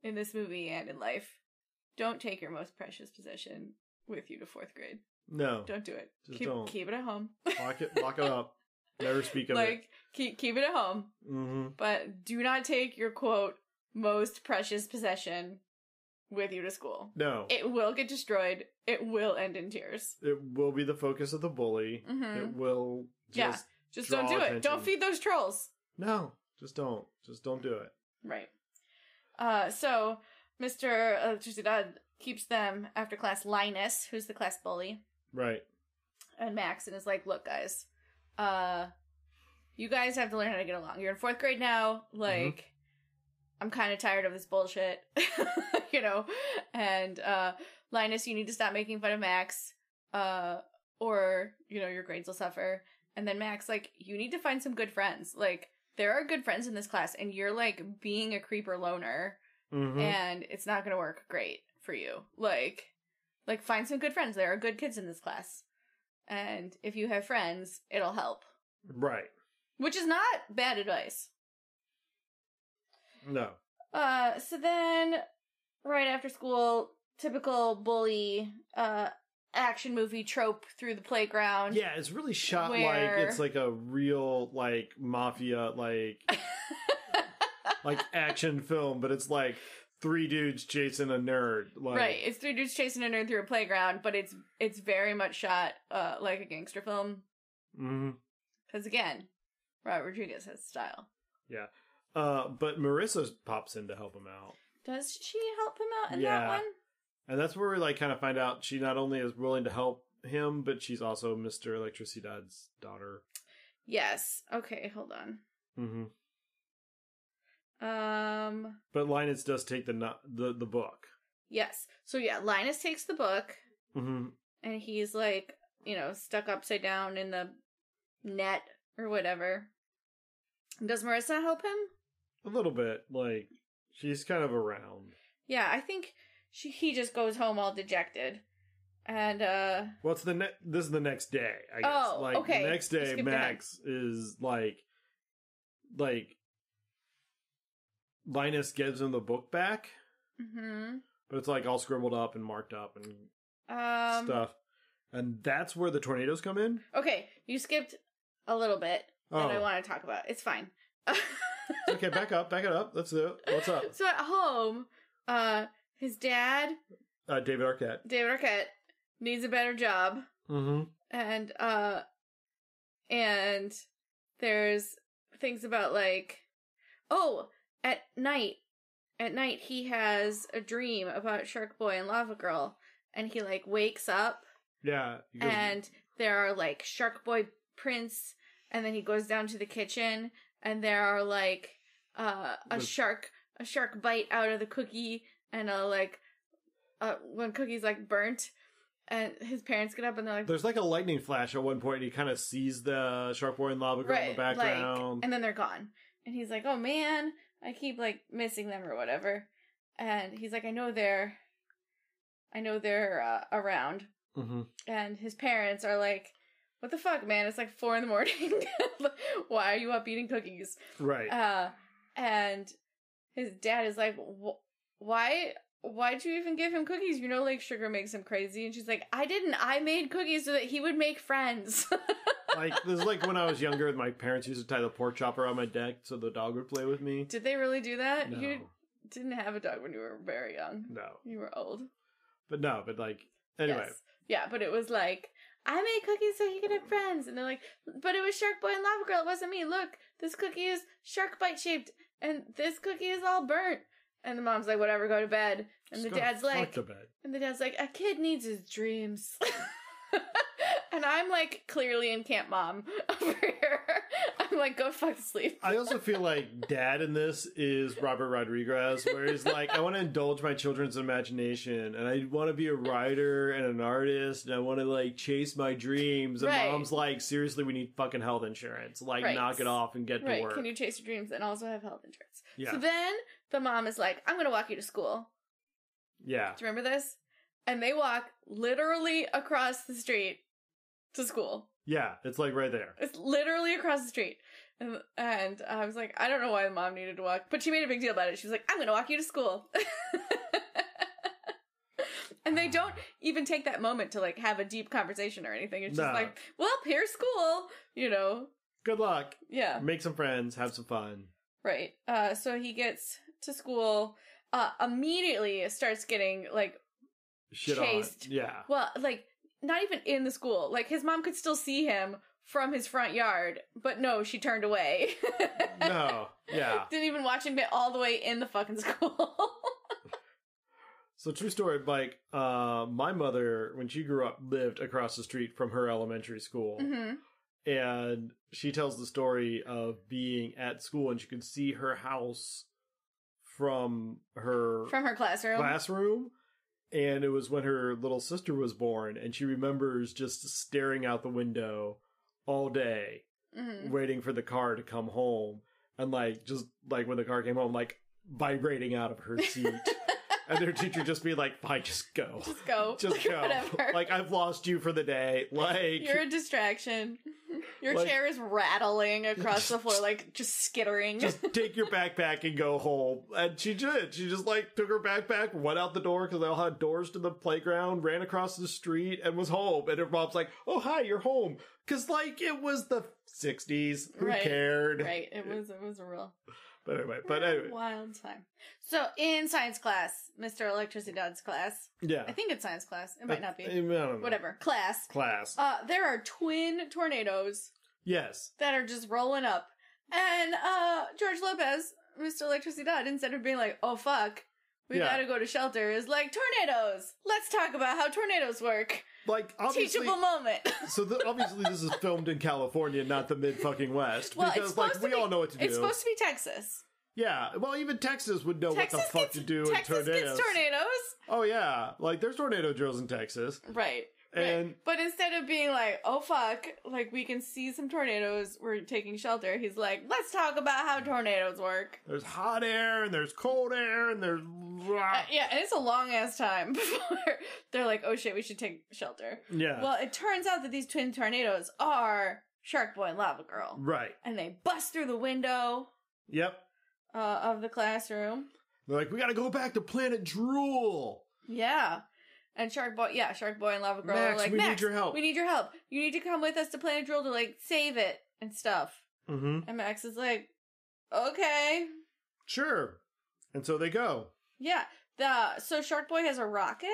[SPEAKER 3] in this movie and in life. Don't take your most precious possession with you to fourth grade.
[SPEAKER 1] no.
[SPEAKER 3] Don't do it.
[SPEAKER 1] Just
[SPEAKER 3] keep
[SPEAKER 1] don't.
[SPEAKER 3] keep it at home.
[SPEAKER 1] Lock it lock it up. Never speak of
[SPEAKER 3] like keep keep it at home,
[SPEAKER 1] it. Mhm.
[SPEAKER 3] but do not take your quote most precious possession with you to school.
[SPEAKER 1] No. It-,
[SPEAKER 3] It will get destroyed. It will end in tears.
[SPEAKER 1] will be the focus of the bully.
[SPEAKER 3] hmm
[SPEAKER 1] It will
[SPEAKER 3] Yeah.
[SPEAKER 1] just
[SPEAKER 3] Just don't do
[SPEAKER 1] draw
[SPEAKER 3] it. Don't
[SPEAKER 1] attention.
[SPEAKER 3] feed those trolls.
[SPEAKER 1] No. Just don't. Just don't do it.
[SPEAKER 3] Right. Uh, so Mr. Electricidad keeps them after class Linus, who's the class bully,
[SPEAKER 1] Right.
[SPEAKER 3] and Max, and is like, "Look, guys, uh, you guys have to learn how to get along. You're in fourth grade now. Like, I'm kind of tired of this bullshit, you know. And uh, Linus, you need to stop making fun of Max, uh, or you know your grades will suffer. And then Max, like, you need to find some good friends. Like, there are good friends in this class, and you're like being a creeper loner."
[SPEAKER 1] Mhm.
[SPEAKER 3] and it's not going to work great for you. Like, like find some good friends. There are good kids in this class, and if you have friends, it'll help.
[SPEAKER 1] right.
[SPEAKER 3] Which is not bad advice.
[SPEAKER 1] No.
[SPEAKER 3] Uh, so then, right after school, typical bully, uh, action movie trope through the playground.
[SPEAKER 1] Yeah, it's really shot
[SPEAKER 3] Where-
[SPEAKER 1] like it's like a real like mafia like like action film, but it's like three dudes chasing a nerd. Like,
[SPEAKER 3] right. It's three dudes chasing a nerd through a playground, but it's it's very much shot uh, like a gangster film.
[SPEAKER 1] mhm.
[SPEAKER 3] Because again, Robert Rodriguez has style.
[SPEAKER 1] Uh, but Marissa pops in to help him out,
[SPEAKER 3] Does she help him out in
[SPEAKER 1] Yeah.
[SPEAKER 3] that one?
[SPEAKER 1] and that's where we like kind of find out she not only is willing to help him, but she's also Mister Electricidad's daughter.
[SPEAKER 3] Yes. Okay, hold on.
[SPEAKER 1] hmm
[SPEAKER 3] Um
[SPEAKER 1] But Linus does take the no- the the book.
[SPEAKER 3] yes. So yeah, Linus takes the book
[SPEAKER 1] hmm
[SPEAKER 3] and he's like, you know, stuck upside down in the net or whatever. Does Marissa help him?
[SPEAKER 1] A little bit, like she's kind of around.
[SPEAKER 3] Yeah, I think she he just goes home all dejected. And uh
[SPEAKER 1] Well, it's the ne- this is the next day. I guess.
[SPEAKER 3] Oh,
[SPEAKER 1] like
[SPEAKER 3] okay.
[SPEAKER 1] The next
[SPEAKER 3] I
[SPEAKER 1] day,
[SPEAKER 3] skipped
[SPEAKER 1] Max is like, like Linus gives him the book back,
[SPEAKER 3] mhm.
[SPEAKER 1] but it's like all scribbled up and marked up and
[SPEAKER 3] Um
[SPEAKER 1] stuff. And that's where the tornadoes come in.
[SPEAKER 3] Okay, you skipped a little bit
[SPEAKER 1] Oh,
[SPEAKER 3] that I want to talk about. It's fine.
[SPEAKER 1] okay. Back up. Back it up. Let's do it. What's up?
[SPEAKER 3] So at home, uh his dad,
[SPEAKER 1] Uh, David Arquette.
[SPEAKER 3] David Arquette, needs a better job.
[SPEAKER 1] Mm-hmm.
[SPEAKER 3] and uh and there's things about like oh at night at night he has a dream about shark boy and lava girl and he like wakes up
[SPEAKER 1] Yeah. he goes-
[SPEAKER 3] and there are like shark boy prints and then he goes down to the kitchen and there are like uh a
[SPEAKER 1] The-
[SPEAKER 3] shark a shark bite out of the cookie and a like uh when cookie's like burnt and his parents get up and they're like
[SPEAKER 1] there's like a lightning flash at one point. And he kind of sees the shark boy and lava girl in the background.
[SPEAKER 3] Like, and then they're gone. And he's like, "Oh man, I keep like missing them or whatever." And he's like, "I know they're, I know they're uh, around."
[SPEAKER 1] hmm
[SPEAKER 3] And his parents are like, "What the fuck, man? It's like four in the morning. Why are you up eating cookies?"
[SPEAKER 1] Right.
[SPEAKER 3] Uh, and his dad is like, "Wh- "Why?" Why'd you even give him cookies? You know, like sugar makes him crazy. And she's like, I didn't. I made cookies so that he would make friends.
[SPEAKER 1] like this is like when I was younger, my parents used to tie the pork chop around my neck so the dog would play with me.
[SPEAKER 3] Did they really do that?
[SPEAKER 1] No,
[SPEAKER 3] You didn't have a dog when you were very young.
[SPEAKER 1] no,
[SPEAKER 3] You were old.
[SPEAKER 1] but no, but like anyway,
[SPEAKER 3] Yes. Yeah, but it was like, I made cookies so he could have friends. And they're like, but it was Shark Boy and Lava Girl. It wasn't me. Look, this cookie is shark bite shaped. And this cookie is all burnt. And the mom's like, whatever, go to bed. And
[SPEAKER 1] just
[SPEAKER 3] the
[SPEAKER 1] go
[SPEAKER 3] dad's
[SPEAKER 1] fuck
[SPEAKER 3] like,
[SPEAKER 1] to bed.
[SPEAKER 3] and the dad's like, a kid needs his dreams. and I'm like, clearly in Camp Mom over here. I'm like, go fuck to sleep.
[SPEAKER 1] I also feel like dad in this is Robert Rodriguez, where he's like, I want to indulge my children's imagination and I want to be a writer and an artist and I want to like chase my dreams. And
[SPEAKER 3] Right.
[SPEAKER 1] mom's like, seriously, we need fucking health insurance. Like,
[SPEAKER 3] Right.
[SPEAKER 1] knock it off and get to
[SPEAKER 3] Right.
[SPEAKER 1] work.
[SPEAKER 3] Can you chase your dreams and also have health insurance?
[SPEAKER 1] yeah.
[SPEAKER 3] So then the mom is like, I'm going to walk you to school.
[SPEAKER 1] yeah.
[SPEAKER 3] Do you remember this? And they walk literally across the street to school.
[SPEAKER 1] Yeah. It's like right there.
[SPEAKER 3] It's literally across the street. And, and I was like, I don't know why the mom needed to walk, but she made a big deal about it. She was like, I'm going to walk you to school. and they don't even take that moment to like have a deep conversation or anything. It's just
[SPEAKER 1] No.
[SPEAKER 3] like, well, here's school, you know?
[SPEAKER 1] Good luck.
[SPEAKER 3] Yeah.
[SPEAKER 1] Make some friends. Have some fun.
[SPEAKER 3] Right. Uh, so he gets to school, uh, immediately starts getting like,
[SPEAKER 1] Shit
[SPEAKER 3] Chased.
[SPEAKER 1] on. it. Yeah.
[SPEAKER 3] well, like, not even in the school. Like, his mom could still see him from his front yard, but no, she turned away.
[SPEAKER 1] no, yeah.
[SPEAKER 3] Didn't even watch him get all the way in the fucking school.
[SPEAKER 1] So true story. Like, uh, my mother, when she grew up, lived across the street from her elementary school,
[SPEAKER 3] hmm
[SPEAKER 1] and she tells the story of being at school and she could see her house from her
[SPEAKER 3] From her classroom.
[SPEAKER 1] classroom. And it was when her little sister was born, and she remembers just staring out the window all day,
[SPEAKER 3] Mhm.
[SPEAKER 1] waiting for the car to come home, and like just like when the car came home, like vibrating out of her seat. and their teacher just be like, "Fine, just go,
[SPEAKER 3] Just go.
[SPEAKER 1] just
[SPEAKER 3] Like,
[SPEAKER 1] go."
[SPEAKER 3] Whatever.
[SPEAKER 1] Like I've lost you for the day. Like
[SPEAKER 3] You're a distraction. Your
[SPEAKER 1] Like-
[SPEAKER 3] chair is rattling across the floor, like just skittering.
[SPEAKER 1] just take your backpack and go home. And she did. She just like took her backpack, went out the door because they all had doors to the playground, ran across the street, and was home. And her mom's like, "Oh hi, you're home," because like it was the '60s. Who
[SPEAKER 3] Right.
[SPEAKER 1] cared?
[SPEAKER 3] right. It was it was a real
[SPEAKER 1] But anyway, but anyway,
[SPEAKER 3] wild time. So in science class, Mr. Electricity Dodd's class.
[SPEAKER 1] yeah.
[SPEAKER 3] I think it's science class. It might not
[SPEAKER 1] I
[SPEAKER 3] be.
[SPEAKER 1] don't know.
[SPEAKER 3] Whatever. Class.
[SPEAKER 1] class.
[SPEAKER 3] Uh there are twin tornadoes
[SPEAKER 1] yes.
[SPEAKER 3] that are just rolling up. And uh George Lopez, Mr. Electricity Dodd, instead of being like, oh fuck, we
[SPEAKER 1] Yeah.
[SPEAKER 3] gotta go to shelter, is like, tornadoes! Let's talk about how tornadoes work.
[SPEAKER 1] Like obviously.
[SPEAKER 3] Teachable moment.
[SPEAKER 1] so the, obviously this is filmed in California, not the mid fucking west.
[SPEAKER 3] Well, it's
[SPEAKER 1] because like
[SPEAKER 3] supposed to
[SPEAKER 1] we
[SPEAKER 3] be-
[SPEAKER 1] all know what to do.
[SPEAKER 3] it's supposed to be Texas.
[SPEAKER 1] yeah. Well, even Texas would know
[SPEAKER 3] Texas
[SPEAKER 1] what the fuck
[SPEAKER 3] gets,
[SPEAKER 1] to do
[SPEAKER 3] Texas
[SPEAKER 1] in tornadoes.
[SPEAKER 3] gets tornadoes.
[SPEAKER 1] Oh yeah, like there's tornado drills in Texas,
[SPEAKER 3] Right. Right.
[SPEAKER 1] and
[SPEAKER 3] But instead of being like, oh fuck, like we can see some tornadoes, we're taking shelter, he's like, let's talk about how tornadoes work.
[SPEAKER 1] there's hot air and there's cold air and there's Oh.
[SPEAKER 3] Uh, yeah, and it's a long ass time before they're like, oh shit, we should take shelter.
[SPEAKER 1] yeah,
[SPEAKER 3] Well, it turns out that these twin tornadoes are Shark Boy and Lava Girl,
[SPEAKER 1] right,
[SPEAKER 3] and they bust through the window
[SPEAKER 1] yep.
[SPEAKER 3] uh, of the classroom.
[SPEAKER 1] They're like, we gotta go back to Planet Drool.
[SPEAKER 3] Yeah, and Shark Boy, yeah, Shark Boy and Lava Girl are
[SPEAKER 1] Max,
[SPEAKER 3] like,
[SPEAKER 1] we need
[SPEAKER 3] Max,
[SPEAKER 1] your help."
[SPEAKER 3] We need your help. You need to come with us to Planet Drill to like save it and stuff."
[SPEAKER 1] Mm-hmm.
[SPEAKER 3] And Max is like, "Okay,
[SPEAKER 1] Sure. And so they go.
[SPEAKER 3] yeah." The so Shark Boy has a rocket,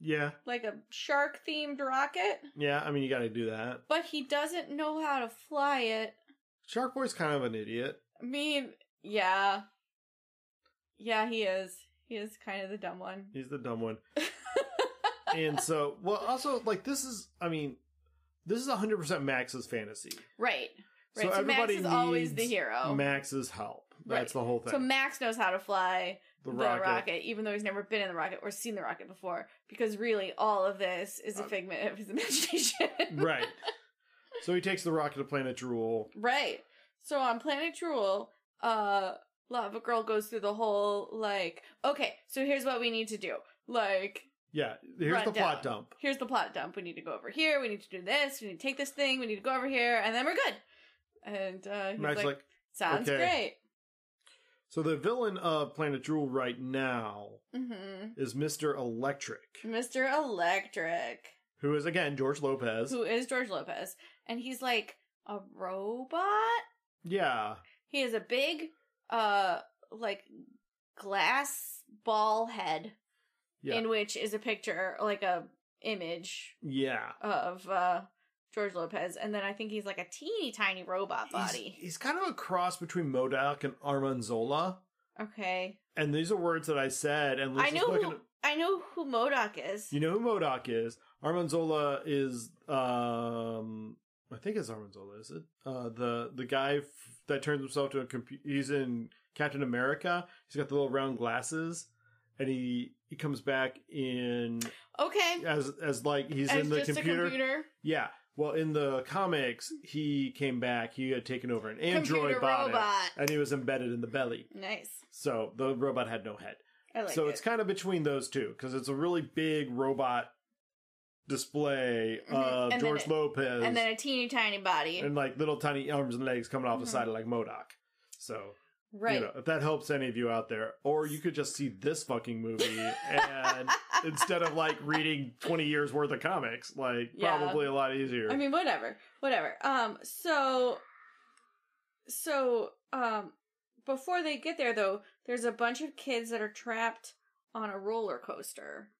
[SPEAKER 1] Yeah,
[SPEAKER 3] like a shark themed rocket,
[SPEAKER 1] yeah. I mean, you gotta do that.
[SPEAKER 3] but he doesn't know how to fly it.
[SPEAKER 1] Shark Boy's kind of an idiot.
[SPEAKER 3] I mean, yeah. Yeah, he is. He is kind of the dumb one.
[SPEAKER 1] He's the dumb one. and so, well, also like this is, I mean, this is 100 percent Max's fantasy.
[SPEAKER 3] Right.
[SPEAKER 1] So
[SPEAKER 3] Right. So, Max
[SPEAKER 1] everybody
[SPEAKER 3] is always the
[SPEAKER 1] needs
[SPEAKER 3] hero.
[SPEAKER 1] Max's help.
[SPEAKER 3] Right.
[SPEAKER 1] That's the whole thing.
[SPEAKER 3] So Max knows how to fly
[SPEAKER 1] the,
[SPEAKER 3] the rocket. even though he's never been in the rocket or seen the rocket before, because really all of this is a
[SPEAKER 1] Uh,
[SPEAKER 3] figment of his imagination.
[SPEAKER 1] right. So he takes the rocket to Planet Drool.
[SPEAKER 3] Right. So on Planet Drool, uh, Lava Girl goes through the whole like, okay, so here's what we need to do. Like,
[SPEAKER 1] Yeah, here's the
[SPEAKER 3] Rundown.
[SPEAKER 1] plot dump.
[SPEAKER 3] here's the plot dump. We need to go over here. We need to do this. We need to take this thing. We need to go over here, and then we're good. And uh, he's
[SPEAKER 1] Max
[SPEAKER 3] like,
[SPEAKER 1] like,
[SPEAKER 3] sounds
[SPEAKER 1] okay. so the villain of Planet Drool right now
[SPEAKER 3] great. hmm
[SPEAKER 1] is Mr. Electric,
[SPEAKER 3] Mr. Electric,
[SPEAKER 1] who is again George Lopez.
[SPEAKER 3] who is George Lopez, and he's like a robot.
[SPEAKER 1] Yeah,
[SPEAKER 3] He has a big, uh, like glass ball head,
[SPEAKER 1] yeah,
[SPEAKER 3] in which is a picture, like a image
[SPEAKER 1] yeah.
[SPEAKER 3] of uh George Lopez, and then I think he's like a teeny tiny robot
[SPEAKER 1] He's,
[SPEAKER 3] body.
[SPEAKER 1] he's kind of a cross between Modoc and Armanzola,
[SPEAKER 3] Okay.
[SPEAKER 1] and these are words that I said. And
[SPEAKER 3] I
[SPEAKER 1] Liz is
[SPEAKER 3] know
[SPEAKER 1] looking-
[SPEAKER 3] who I know who Modoc is.
[SPEAKER 1] You know who Modoc is? Armanzola is um I think it's Armanzola, is it? Uh the the guy f- that turns himself to a computer. He's in Captain America. He's got the little round glasses and he he comes back in
[SPEAKER 3] Okay.
[SPEAKER 1] as as like he's
[SPEAKER 3] As
[SPEAKER 1] in the
[SPEAKER 3] just
[SPEAKER 1] computer.
[SPEAKER 3] a computer,
[SPEAKER 1] Yeah. Well, in the comics, he came back. He had taken over an android
[SPEAKER 3] computer
[SPEAKER 1] body
[SPEAKER 3] robot.
[SPEAKER 1] and he was embedded in the belly.
[SPEAKER 3] Nice.
[SPEAKER 1] So the robot had no head
[SPEAKER 3] I like
[SPEAKER 1] so
[SPEAKER 3] it.
[SPEAKER 1] it's kind of between those two because it's a really big robot display
[SPEAKER 3] Mhm.
[SPEAKER 1] of
[SPEAKER 3] And then
[SPEAKER 1] George
[SPEAKER 3] it-
[SPEAKER 1] Lopez
[SPEAKER 3] and then a teeny tiny body.
[SPEAKER 1] and, like little tiny arms and legs coming off the
[SPEAKER 3] Mhm.
[SPEAKER 1] side of like Modoc. So
[SPEAKER 3] right.
[SPEAKER 1] you know if that helps any of you out there, or you could just see this fucking movie and instead of like reading twenty years worth of comics, like
[SPEAKER 3] Yeah.
[SPEAKER 1] probably a lot easier.
[SPEAKER 3] I mean, whatever, whatever. Um, so, so, um, before they get there, though, there's a bunch of kids that are trapped on a roller coaster,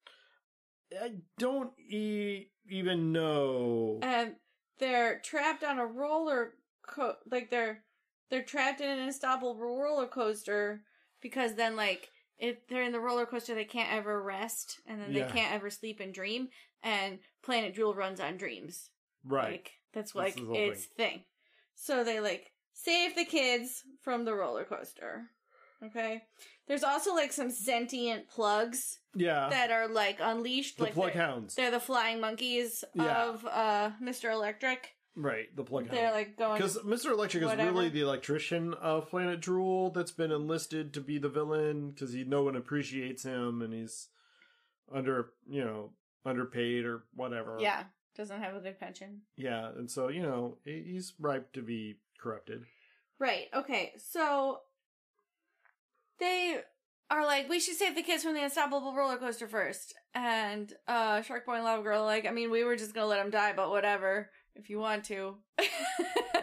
[SPEAKER 1] I don't e- even know.
[SPEAKER 3] and they're trapped on a roller co like they're they're trapped in an unstoppable roller coaster because then like if they're in the roller coaster they can't ever rest and then
[SPEAKER 1] Yeah.
[SPEAKER 3] they can't ever sleep and dream and planet jewel runs on dreams
[SPEAKER 1] right?
[SPEAKER 3] Like that's
[SPEAKER 1] This
[SPEAKER 3] like
[SPEAKER 1] is the whole
[SPEAKER 3] its thing. So they like save the kids from the roller coaster. Okay. There's also like some sentient plugs
[SPEAKER 1] yeah.
[SPEAKER 3] that are like unleashed.
[SPEAKER 1] Uh-huh. the
[SPEAKER 3] like
[SPEAKER 1] plug
[SPEAKER 3] they're,
[SPEAKER 1] hounds.
[SPEAKER 3] they're the flying monkeys
[SPEAKER 1] Yeah.
[SPEAKER 3] of uh Mr. Electric.
[SPEAKER 1] Right, the plug
[SPEAKER 3] They're
[SPEAKER 1] hound.
[SPEAKER 3] like going.
[SPEAKER 1] Because Mr. Electric is
[SPEAKER 3] whatever.
[SPEAKER 1] really the electrician of Planet Drool that's been enlisted to be the villain because he no one appreciates him and he's under you know underpaid or whatever.
[SPEAKER 3] Yeah, doesn't have a good pension.
[SPEAKER 1] yeah, and so you know he- he's ripe to be corrupted.
[SPEAKER 3] Right. Okay. So they are like, we should save the kids from the unstoppable roller coaster first. And uh Shark Boy and Lava Girl are like, I mean, we were just gonna let them die, but whatever, if you want to.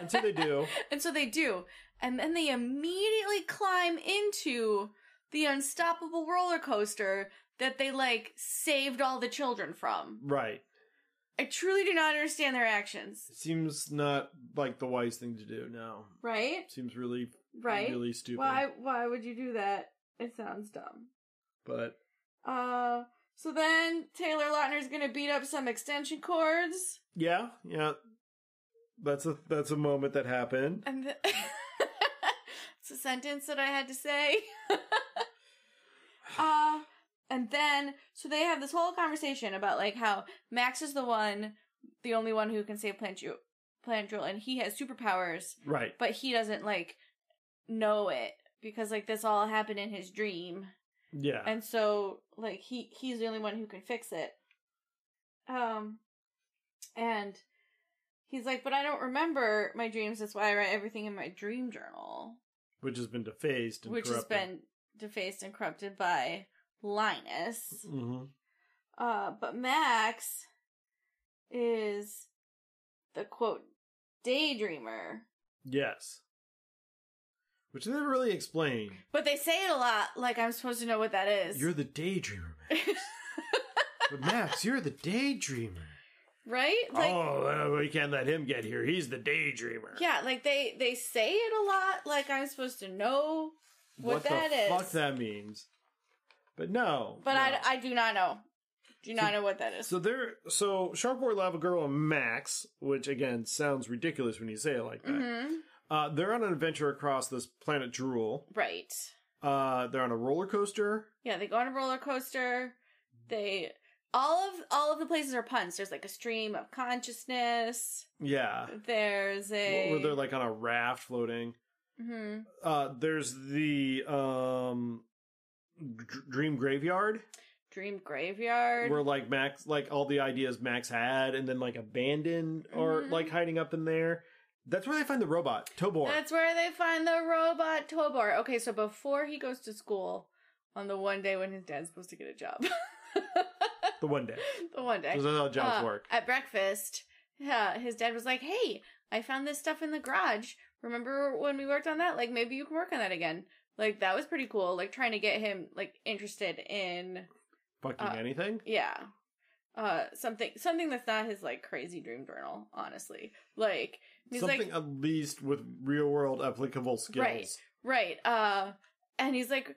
[SPEAKER 1] And so they do.
[SPEAKER 3] And so they do. And then they immediately climb into the unstoppable roller coaster that they like saved all the children from.
[SPEAKER 1] right,
[SPEAKER 3] I truly do not understand their actions.
[SPEAKER 1] seems not like the wise thing to do. No,
[SPEAKER 3] Right?
[SPEAKER 1] seems really
[SPEAKER 3] Right?
[SPEAKER 1] really stupid.
[SPEAKER 3] why why would you do that? It sounds dumb.
[SPEAKER 1] But
[SPEAKER 3] Uh, so then Taylor Lautner's gonna beat up some extension cords,
[SPEAKER 1] yeah, yeah, that's a that's a moment that happened.
[SPEAKER 3] and the- it's a sentence that I had to say. uh, and then so they have this whole conversation about like how Max is the one, the only one who can save Plant Ju- Plant Jewel, and he has superpowers,
[SPEAKER 1] Right.
[SPEAKER 3] but he doesn't like know it because like this all happened in his dream.
[SPEAKER 1] Yeah.
[SPEAKER 3] and so like he he's the only one who can fix it um and he's like but i don't remember my dreams that's why i write everything in my dream journal
[SPEAKER 1] which has been defaced and
[SPEAKER 3] which
[SPEAKER 1] corrupted.
[SPEAKER 3] has been defaced and corrupted by linus
[SPEAKER 1] Mhm.
[SPEAKER 3] uh but max is the quote daydreamer
[SPEAKER 1] Yes. Which they never really explain.
[SPEAKER 3] but they say it a lot like i'm supposed to know what that is.
[SPEAKER 1] You're the daydreamer, Max. but Max, you're the daydreamer.
[SPEAKER 3] right like
[SPEAKER 1] oh, well, we can't let him get here. He's the daydreamer.
[SPEAKER 3] Yeah, like they they say it a lot. Like I'm supposed to know what, that
[SPEAKER 1] the
[SPEAKER 3] is,
[SPEAKER 1] fuck that means? But no.
[SPEAKER 3] but
[SPEAKER 1] no.
[SPEAKER 3] I I do not know. Do not
[SPEAKER 1] So-
[SPEAKER 3] know what that is.
[SPEAKER 1] So they're so Sharkboy, Lava Girl, and Max, which again sounds ridiculous when you say it like that.
[SPEAKER 3] hmm
[SPEAKER 1] Uh, they're on an adventure across this planet Drool.
[SPEAKER 3] Right.
[SPEAKER 1] Uh, they're on a roller coaster.
[SPEAKER 3] Yeah, they go on a roller coaster. They all of all of the places are puns. There's like a stream of consciousness.
[SPEAKER 1] Yeah,
[SPEAKER 3] There's a
[SPEAKER 1] where they're like on a raft floating.
[SPEAKER 3] Mhm.
[SPEAKER 1] uh there's the um dr- dream graveyard
[SPEAKER 3] dream graveyard.
[SPEAKER 1] where like max like all the ideas max had and then like abandoned or
[SPEAKER 3] Mhm.
[SPEAKER 1] like hiding up in there that's where they find the robot tobor
[SPEAKER 3] That's where they find the robot Tobor. Okay, so before he goes to school on the one day when his dad's supposed to get a job.
[SPEAKER 1] the one day
[SPEAKER 3] the one day.
[SPEAKER 1] 'Cause that's how jobs
[SPEAKER 3] Uh,
[SPEAKER 1] work
[SPEAKER 3] At breakfast, yeah, his dad was like, "Hey, I found this stuff in the garage. Remember when we worked on that? Like, maybe you can work on that again. Like, that was pretty cool. Like, trying to get him like interested in,
[SPEAKER 1] fucking
[SPEAKER 3] uh,
[SPEAKER 1] anything
[SPEAKER 3] yeah, uh, something something that's not his like crazy dream journal. Honestly, like he's
[SPEAKER 1] something
[SPEAKER 3] like,
[SPEAKER 1] at least with real world applicable skills
[SPEAKER 3] Right. right, uh, and he's like,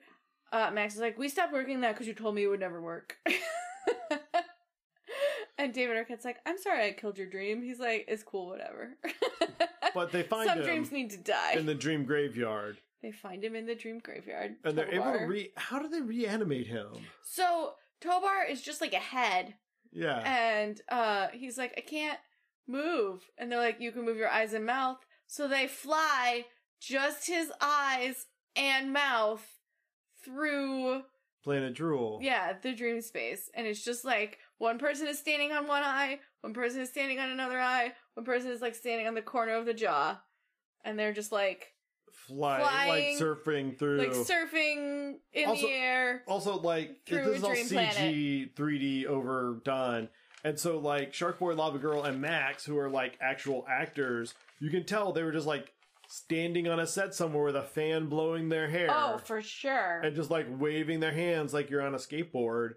[SPEAKER 3] uh, Max is like, we stopped working that because you told me it would never work. And David Arquette's like, I'm sorry I killed your dream. He's like, it's cool, whatever.
[SPEAKER 1] but they find
[SPEAKER 3] Some
[SPEAKER 1] him
[SPEAKER 3] dreams need to die.
[SPEAKER 1] in the dream graveyard
[SPEAKER 3] they find him in the dream graveyard.
[SPEAKER 1] and they're able to
[SPEAKER 3] Tobar.
[SPEAKER 1] re how do they reanimate him
[SPEAKER 3] so Tobar is just like a head,
[SPEAKER 1] yeah
[SPEAKER 3] and uh, he's like, I can't move. And they're like, you can move your eyes and mouth. So they fly just his eyes and mouth through
[SPEAKER 1] planet drool
[SPEAKER 3] Yeah, the dream space. And it's just like one person is standing on one eye, one person is standing on another eye, one person is like standing on the corner of the jaw. And they're just like
[SPEAKER 1] fly
[SPEAKER 3] Flying,
[SPEAKER 1] like surfing through
[SPEAKER 3] like surfing in
[SPEAKER 1] Also-
[SPEAKER 3] the air.
[SPEAKER 1] also like
[SPEAKER 3] Through
[SPEAKER 1] this is all
[SPEAKER 3] Dream
[SPEAKER 1] CG
[SPEAKER 3] Planet.
[SPEAKER 1] 3D overdone. And so like Shark Boy, Lava Girl, and Max, who are like actual actors, you can tell they were just like standing on a set somewhere with a fan blowing their hair.
[SPEAKER 3] Oh, for sure.
[SPEAKER 1] and just like waving their hands like you're on a skateboard.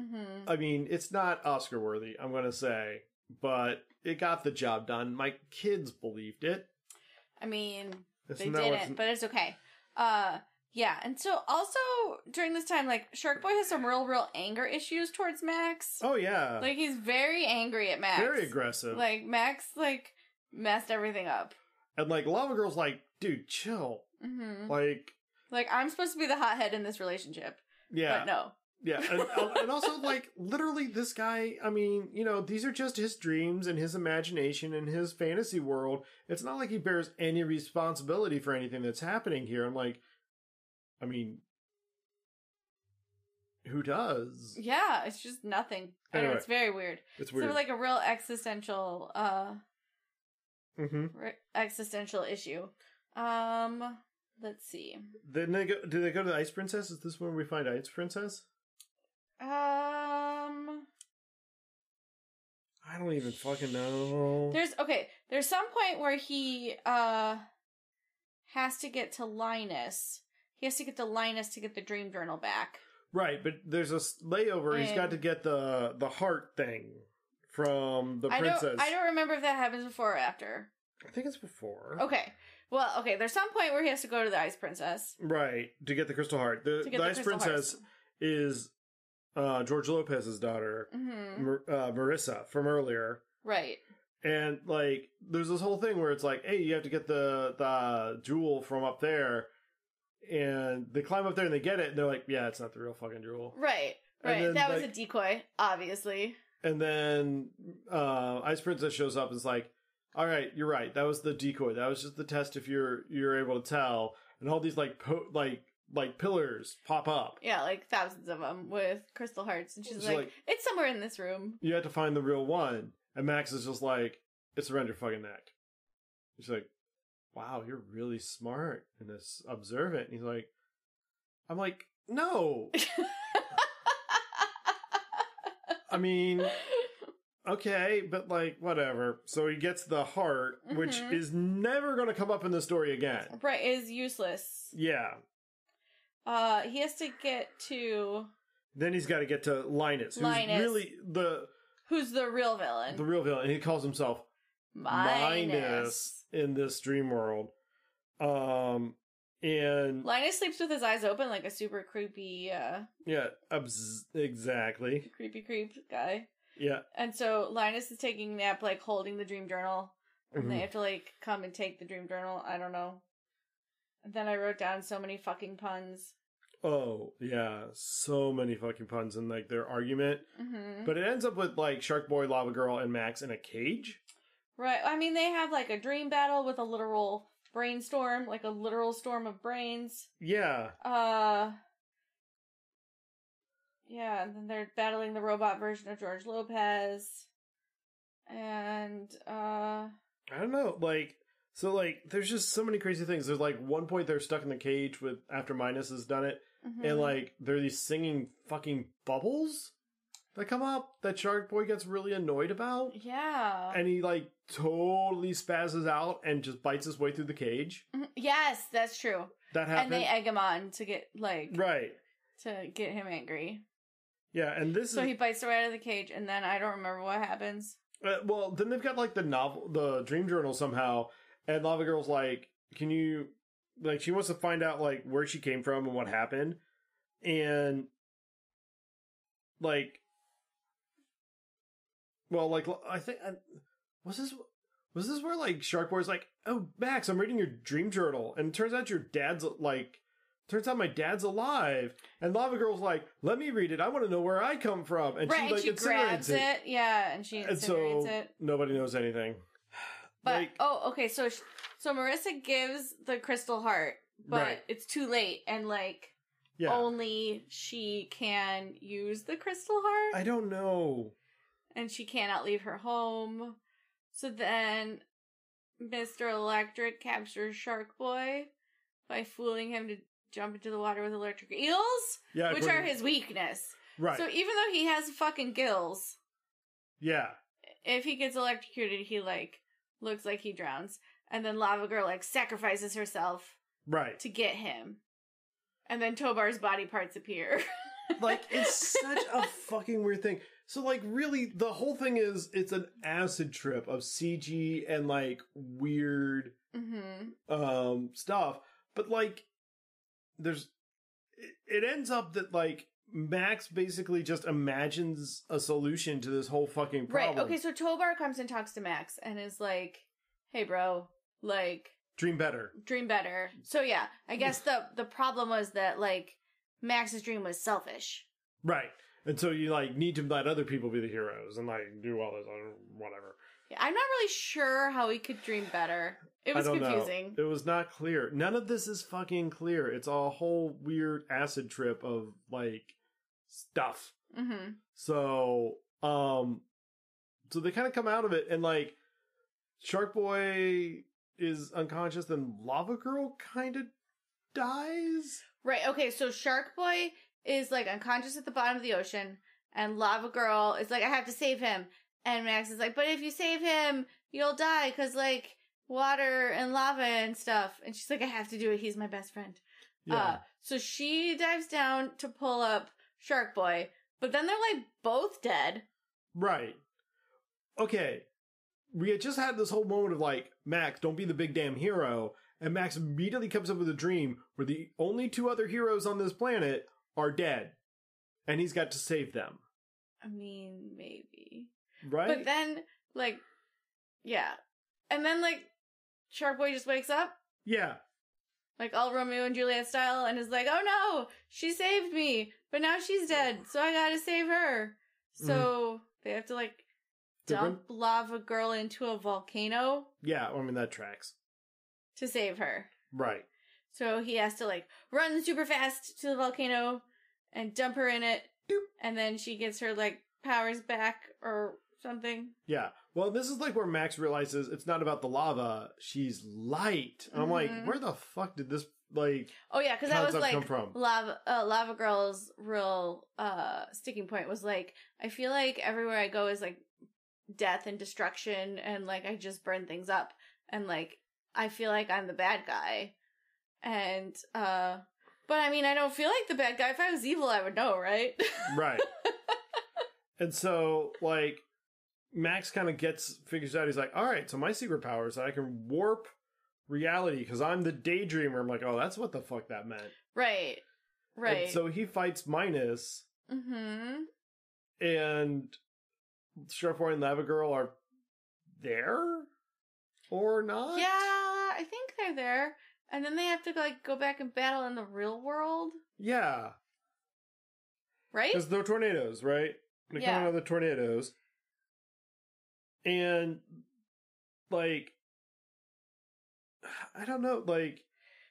[SPEAKER 3] hmm
[SPEAKER 1] I mean, it's not Oscar worthy, I'm gonna say, but it got the job done. My kids believed it.
[SPEAKER 3] I mean,
[SPEAKER 1] It's
[SPEAKER 3] they
[SPEAKER 1] not what's-
[SPEAKER 3] didn't, but it's okay. Uh yeah, and so also during this time, like Shark Boy has some real, real anger issues towards Max.
[SPEAKER 1] oh yeah,
[SPEAKER 3] Like he's very angry at Max.
[SPEAKER 1] very aggressive.
[SPEAKER 3] Like Max like messed everything up.
[SPEAKER 1] and like Lava Girl's like, dude, chill.
[SPEAKER 3] hmm
[SPEAKER 1] Like,
[SPEAKER 3] Like I'm supposed to be the hothead in this relationship,
[SPEAKER 1] yeah,
[SPEAKER 3] but no,
[SPEAKER 1] Yeah, and, uh, and also like literally, this guy. I mean, you know, these are just his dreams and his imagination and his fantasy world. It's not like he bears any responsibility for anything that's happening here. I'm like, I mean, who does?
[SPEAKER 3] Yeah, it's just nothing. I don't know,
[SPEAKER 1] Anyway.
[SPEAKER 3] it's very weird.
[SPEAKER 1] It's
[SPEAKER 3] Sort
[SPEAKER 1] weird.
[SPEAKER 3] of like a real existential, uh,
[SPEAKER 1] mm-hmm.
[SPEAKER 3] re- existential issue. Um, let's see.
[SPEAKER 1] Then they go. Do they go to the Ice Princess? Is this where we find Ice Princess?
[SPEAKER 3] Um,
[SPEAKER 1] I don't even fucking know.
[SPEAKER 3] there's okay. There's some point where he uh has to get to Linus. He has to get to Linus to get the dream journal back.
[SPEAKER 1] Right, but there's a s- layover. He's got
[SPEAKER 3] And-
[SPEAKER 1] to get the the heart thing from the
[SPEAKER 3] I
[SPEAKER 1] princess.
[SPEAKER 3] don't. I don't remember if that happens before or after.
[SPEAKER 1] I think it's before.
[SPEAKER 3] Okay. Well, okay. There's some point where he has to go to the Ice Princess
[SPEAKER 1] Right, to get the crystal heart. The,
[SPEAKER 3] to
[SPEAKER 1] the,
[SPEAKER 3] get the,
[SPEAKER 1] ice princess is uh, George Lopez's daughter,
[SPEAKER 3] Mm-hmm.
[SPEAKER 1] Mar- uh, Marissa, from earlier.
[SPEAKER 3] Right.
[SPEAKER 1] And like, there's this whole thing where it's like, hey, you have to get the the jewel from up there, and they climb up there and they get it, and they're like, yeah, it's not the real fucking jewel.
[SPEAKER 3] Right.
[SPEAKER 1] And
[SPEAKER 3] Right.
[SPEAKER 1] then,
[SPEAKER 3] that was a
[SPEAKER 1] like-
[SPEAKER 3] decoy, obviously.
[SPEAKER 1] And then uh, Ice Princess shows up and is like, "All right, you're right. That was the decoy. That was just the test if you're you're able to tell." And all these like po- like like pillars pop up.
[SPEAKER 3] Yeah, like thousands of them with crystal hearts. And she's
[SPEAKER 1] It's
[SPEAKER 3] like,
[SPEAKER 1] like-
[SPEAKER 3] it's somewhere in this room.
[SPEAKER 1] You had to find the real one. And Max is just like, "It's around your fucking neck." She's like, "Wow, you're really smart and this observant." And he's like, "I'm like, no. I mean." okay, but like whatever. So he gets the heart, which
[SPEAKER 3] Mhm.
[SPEAKER 1] is never going to come up in the story again.
[SPEAKER 3] right. It is useless.
[SPEAKER 1] Yeah.
[SPEAKER 3] Uh, he has to get to
[SPEAKER 1] Then he's got to get to Linus, who's
[SPEAKER 3] Linus.
[SPEAKER 1] really the
[SPEAKER 3] who's the real villain?
[SPEAKER 1] the real villain. He calls himself Minus,
[SPEAKER 3] Linus.
[SPEAKER 1] in this dream world. Um and
[SPEAKER 3] Linus sleeps with his eyes open like a super creepy, uh,
[SPEAKER 1] yeah, obs- exactly.
[SPEAKER 3] creepy creep guy.
[SPEAKER 1] Yeah.
[SPEAKER 3] And so Linus is taking a nap, like holding the dream journal and they
[SPEAKER 1] Mhm.
[SPEAKER 3] have to like come and take the dream journal. I don't know. And then I wrote down so many fucking puns.
[SPEAKER 1] Oh, yeah. So many fucking puns in like their argument.
[SPEAKER 3] hmm
[SPEAKER 1] But it ends up with like Shark Boy, Lava Girl, and Max in a cage.
[SPEAKER 3] right. I mean, they have like a dream battle with a literal brainstorm, like a literal storm of brains.
[SPEAKER 1] Yeah.
[SPEAKER 3] Uh. Yeah, and then they're battling the robot version of George Lopez. And uh
[SPEAKER 1] I don't know. Like, so like, there's just so many crazy things. There's like one point they're stuck in the cage with after Minus has done it,
[SPEAKER 3] mm-hmm.
[SPEAKER 1] and like there are these singing fucking bubbles that come up that Shark Boy gets really annoyed about,
[SPEAKER 3] yeah.
[SPEAKER 1] and he like totally spazzes out and just bites his way through the cage.
[SPEAKER 3] Mhm. yes, that's true.
[SPEAKER 1] That happened,
[SPEAKER 3] And they egg him on to get like
[SPEAKER 1] right?
[SPEAKER 3] to get him angry.
[SPEAKER 1] Yeah, and this
[SPEAKER 3] So
[SPEAKER 1] is
[SPEAKER 3] he bites the way out of the cage, and then I don't remember what happens.
[SPEAKER 1] Uh, well, then they've got like the novel, the dream journal somehow, and Lava Girl's like, "Can you?" Like, she wants to find out like where she came from and what happened, and like, well, like I think I, was this was this where like Shark Boy's like, "Oh, Max, I'm reading your dream journal," and it turns out your dad's like. Turns out my dad's alive, and Lava Girl's like, "Let me read it. I want to know where I come from." And
[SPEAKER 3] right,
[SPEAKER 1] she like
[SPEAKER 3] and she grabs
[SPEAKER 1] incinerates it.
[SPEAKER 3] it. Yeah, and she
[SPEAKER 1] And
[SPEAKER 3] incinerates
[SPEAKER 1] so
[SPEAKER 3] it.
[SPEAKER 1] nobody knows anything.
[SPEAKER 3] But
[SPEAKER 1] like,
[SPEAKER 3] oh, okay. So sh so Marissa gives the crystal heart, but
[SPEAKER 1] Right.
[SPEAKER 3] it's too late, and like
[SPEAKER 1] yeah,
[SPEAKER 3] only she can use the crystal heart,
[SPEAKER 1] I don't know.
[SPEAKER 3] and she cannot leave her home. So then, Mister Electric captures Shark Boy by fooling him to jump into the water with electric eels,
[SPEAKER 1] Yeah,
[SPEAKER 3] which
[SPEAKER 1] according-
[SPEAKER 3] are his weakness.
[SPEAKER 1] right?
[SPEAKER 3] So even though he has fucking gills,
[SPEAKER 1] yeah,
[SPEAKER 3] if he gets electrocuted, he like looks like he drowns. And then Lava Girl like sacrifices herself
[SPEAKER 1] right.
[SPEAKER 3] to get him. And then Tobar's body parts appear.
[SPEAKER 1] Like it's such a fucking weird thing. So like, really, the whole thing is it's an acid trip of CG and like weird
[SPEAKER 3] hmm
[SPEAKER 1] um stuff. But like, there's it, it ends up that like Max basically just imagines a solution to this whole fucking problem.
[SPEAKER 3] Right. Okay, so Tobar comes and talks to Max and is like, "Hey bro, like
[SPEAKER 1] Dream better.
[SPEAKER 3] dream better." So yeah, I guess the the problem was that like Max's dream was selfish.
[SPEAKER 1] Right. And so you like need to let other people be the heroes and like do all this other whatever.
[SPEAKER 3] Yeah, I'm not really sure how he could dream better. It was
[SPEAKER 1] I don't
[SPEAKER 3] confusing.
[SPEAKER 1] know. It was not clear. None of this is fucking clear. It's a whole weird acid trip of like stuff.
[SPEAKER 3] Mm-hmm.
[SPEAKER 1] So, um, so they kind of come out of it, and like Shark Boy is unconscious, then Lava Girl kind of dies.
[SPEAKER 3] Right. Okay. So Shark Boy is like unconscious at the bottom of the ocean, and Lava Girl is like, I have to save him. And Max is like, But if you save him, you'll die because like water and lava and stuff. And she's like, I have to do it. He's my best friend. Uh, so she dives down to pull up Shark Boy, but then they're like both dead.
[SPEAKER 1] right. Okay. We had just had this whole moment of like, Max, don't be the big damn hero. And Max immediately comes up with a dream where the only two other heroes on this planet are dead. And he's got to save them.
[SPEAKER 3] I mean, maybe.
[SPEAKER 1] Right?
[SPEAKER 3] But then, like, yeah. And then, like, Shark Boy just wakes up,
[SPEAKER 1] yeah.
[SPEAKER 3] like, all Romeo and Juliet style, and is like, oh no, she saved me, but now she's dead, so I gotta save her. So they have to, like,
[SPEAKER 1] They're
[SPEAKER 3] dump Lava Girl into a volcano
[SPEAKER 1] Yeah, I mean, that tracks.
[SPEAKER 3] to save her.
[SPEAKER 1] Right.
[SPEAKER 3] So he has to like run super fast to the volcano and dump her in it. And then she gets her like powers back or something.
[SPEAKER 1] Yeah. Well, this is like where Max realizes it's not about the lava. She's light. And I'm
[SPEAKER 3] Mhm.
[SPEAKER 1] like, where the fuck did this like?
[SPEAKER 3] Oh yeah, because that was
[SPEAKER 1] Concept
[SPEAKER 3] like
[SPEAKER 1] come from?
[SPEAKER 3] lava uh, lava girl's real uh sticking point was like I feel like everywhere I go is like death and destruction and like I just burn things up and like I feel like I'm the bad guy. And uh but I mean I don't feel like the bad guy. If I was evil I would know, right?
[SPEAKER 1] Right. and so like Max kind of gets figures out. He's like, all right, so my secret power is that I can warp reality because I'm the daydreamer. I'm like, oh, that's what the fuck that meant.
[SPEAKER 3] right.
[SPEAKER 1] And
[SPEAKER 3] Right.
[SPEAKER 1] so he fights Minus
[SPEAKER 3] Mm-hmm.
[SPEAKER 1] and Sharkboy and Lava Girl are there or not?
[SPEAKER 3] Yeah, I think they're there. And then they have to like go back and battle in the real world,
[SPEAKER 1] Yeah.
[SPEAKER 3] right?
[SPEAKER 1] Because they're tornadoes, right? They come
[SPEAKER 3] Yeah.
[SPEAKER 1] out of the tornadoes. And, like, I don't know, like.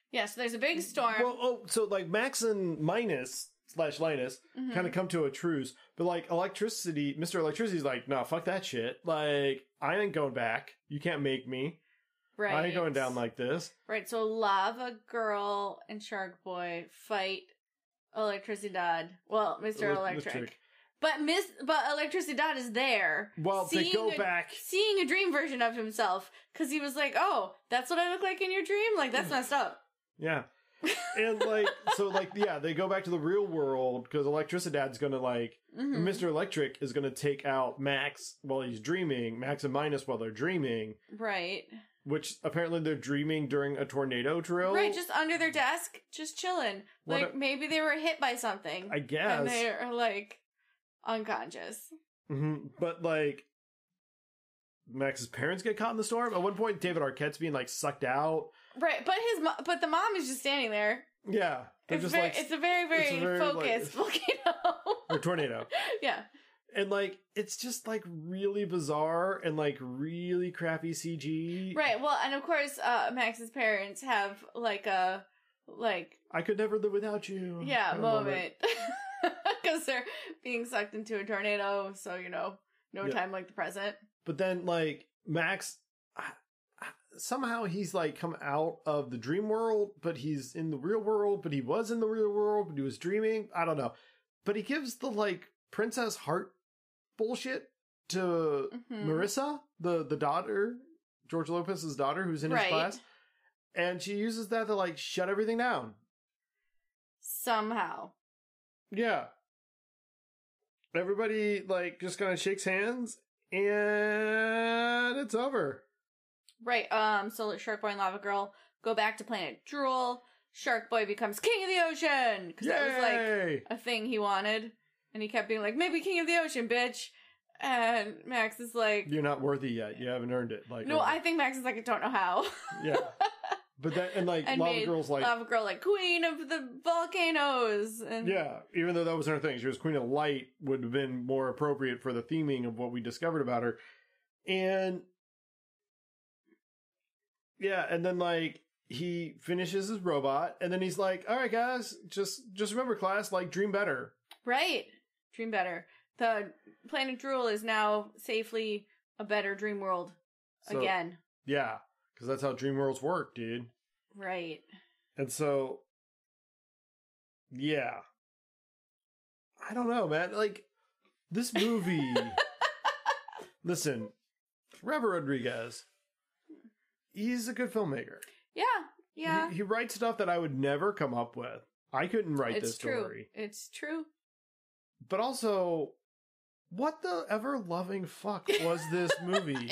[SPEAKER 3] Yeah, so there's a big storm.
[SPEAKER 1] Well, oh, so, like, Max and Minus slash Linus
[SPEAKER 3] Mhm.
[SPEAKER 1] kind of come to a truce, but, like, electricity, Mr. Electricity's like, no, fuck that shit. Like, I ain't going back. You can't make me.
[SPEAKER 3] right.
[SPEAKER 1] I ain't going down like this.
[SPEAKER 3] Right, so Lava Girl and Shark Boy fight Electricidad. Well, Mr.
[SPEAKER 1] Elec-
[SPEAKER 3] Electric. But Miss but Electricidad is there.
[SPEAKER 1] Well, they go
[SPEAKER 3] a-
[SPEAKER 1] back.
[SPEAKER 3] Seeing a dream version of himself cuz he was like, "Oh, that's what I look like in your dream? Like that's messed up."
[SPEAKER 1] Yeah. and like so like yeah they go back to the real world because electricidad's gonna like
[SPEAKER 3] Mhm.
[SPEAKER 1] mr electric is gonna take out max while he's dreaming max and minus while they're dreaming
[SPEAKER 3] Right.
[SPEAKER 1] which apparently they're dreaming during a tornado drill
[SPEAKER 3] Right, just under their desk, just chilling.
[SPEAKER 1] What
[SPEAKER 3] Like
[SPEAKER 1] a-
[SPEAKER 3] maybe they were hit by something.
[SPEAKER 1] i guess
[SPEAKER 3] And they are like unconscious.
[SPEAKER 1] Mhm. but like max's parents get caught in the storm at one point david arquette's being like sucked out
[SPEAKER 3] Right, but his mo- but the mom is just standing there.
[SPEAKER 1] yeah they're
[SPEAKER 3] It's,
[SPEAKER 1] just
[SPEAKER 3] very,
[SPEAKER 1] like
[SPEAKER 3] it's a very
[SPEAKER 1] it's
[SPEAKER 3] very
[SPEAKER 1] a very, like-
[SPEAKER 3] focused volcano.
[SPEAKER 1] or tornado
[SPEAKER 3] yeah.
[SPEAKER 1] and like it's just like really bizarre and like really crappy cg
[SPEAKER 3] Right. Well, and of course uh Max's parents have like a like
[SPEAKER 1] I could never live without you.
[SPEAKER 3] yeah,
[SPEAKER 1] Kind of
[SPEAKER 3] moment. Cuz they're being sucked into a tornado, so you know, no
[SPEAKER 1] Yeah.
[SPEAKER 3] time like the present.
[SPEAKER 1] But then, like Max, I- I- somehow he's like come out of the dream world, but he's in the real world. But he was in the real world, but he was dreaming. I don't know. But he gives the like princess heart bullshit to
[SPEAKER 3] Mhm.
[SPEAKER 1] Marissa, the the daughter, George Lopez's daughter, who's in
[SPEAKER 3] Right.
[SPEAKER 1] his class, and she uses that to like shut everything down.
[SPEAKER 3] Somehow.
[SPEAKER 1] Yeah. Everybody like just kind of shakes hands and it's over.
[SPEAKER 3] Right. Um. So like, Shark Boy and Lava Girl go back to Planet Drool. Shark Boy becomes King of the Ocean because that was like
[SPEAKER 1] Yay!
[SPEAKER 3] a thing he wanted, and he kept being like, "Maybe King of the Ocean, bitch." And Max is like,
[SPEAKER 1] You're not worthy yet. You haven't earned it. Like
[SPEAKER 3] "No, I think Max is like, I don't know how."
[SPEAKER 1] yeah. But that and like Lava
[SPEAKER 3] made
[SPEAKER 1] Girl's like
[SPEAKER 3] Lava Girl like queen of the volcanoes and
[SPEAKER 1] Yeah, even though that wasn't her thing, she was Queen of Light would have been more appropriate for the theming of what we discovered about her. And yeah, and then like he finishes his robot, and then he's like, "All right, guys, just just remember, class, like dream better."
[SPEAKER 3] Right. Dream better. The planet Drool is now safely a better dream world
[SPEAKER 1] So,
[SPEAKER 3] again.
[SPEAKER 1] Yeah, because that's how dream worlds work, dude.
[SPEAKER 3] Right.
[SPEAKER 1] And so, yeah, I don't know, man. Like this movie. listen, Robert Rodriguez. He's a good filmmaker.
[SPEAKER 3] Yeah. Yeah.
[SPEAKER 1] He, he writes stuff that I would never come up with. I couldn't write
[SPEAKER 3] it's
[SPEAKER 1] this
[SPEAKER 3] true.
[SPEAKER 1] story.
[SPEAKER 3] It's true.
[SPEAKER 1] But also, what the ever loving fuck was this movie?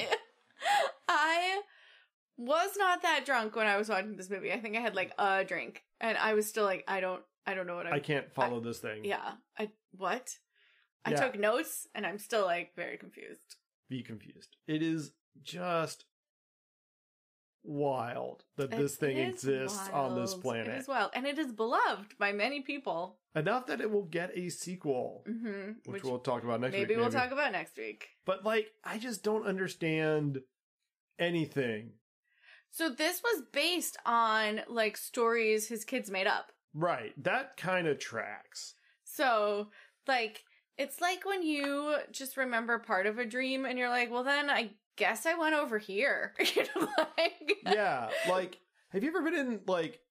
[SPEAKER 3] I was not that drunk when I was watching this movie. I think I had like a drink and I was still like I don't I don't know what I'm
[SPEAKER 1] I can't follow this thing.
[SPEAKER 3] Yeah. I what? I
[SPEAKER 1] Yeah.
[SPEAKER 3] took notes and I'm still like very confused.
[SPEAKER 1] be confused. It is just wild that this
[SPEAKER 3] It
[SPEAKER 1] thing
[SPEAKER 3] is
[SPEAKER 1] exists on this
[SPEAKER 3] wild. It
[SPEAKER 1] planet.
[SPEAKER 3] is wild. And it is beloved by many people.
[SPEAKER 1] Enough that it will get a sequel,
[SPEAKER 3] hmm
[SPEAKER 1] which, we'll talk about next
[SPEAKER 3] maybe
[SPEAKER 1] week.
[SPEAKER 3] we'll talk about next week.
[SPEAKER 1] But like, I just don't understand anything.
[SPEAKER 3] So this was based on like stories his kids made up.
[SPEAKER 1] Right, that kind of tracks.
[SPEAKER 3] So like it's like when you just remember part of a dream and you're like, well then I guess I went over here. You know, like
[SPEAKER 1] Yeah, like, have you ever been in like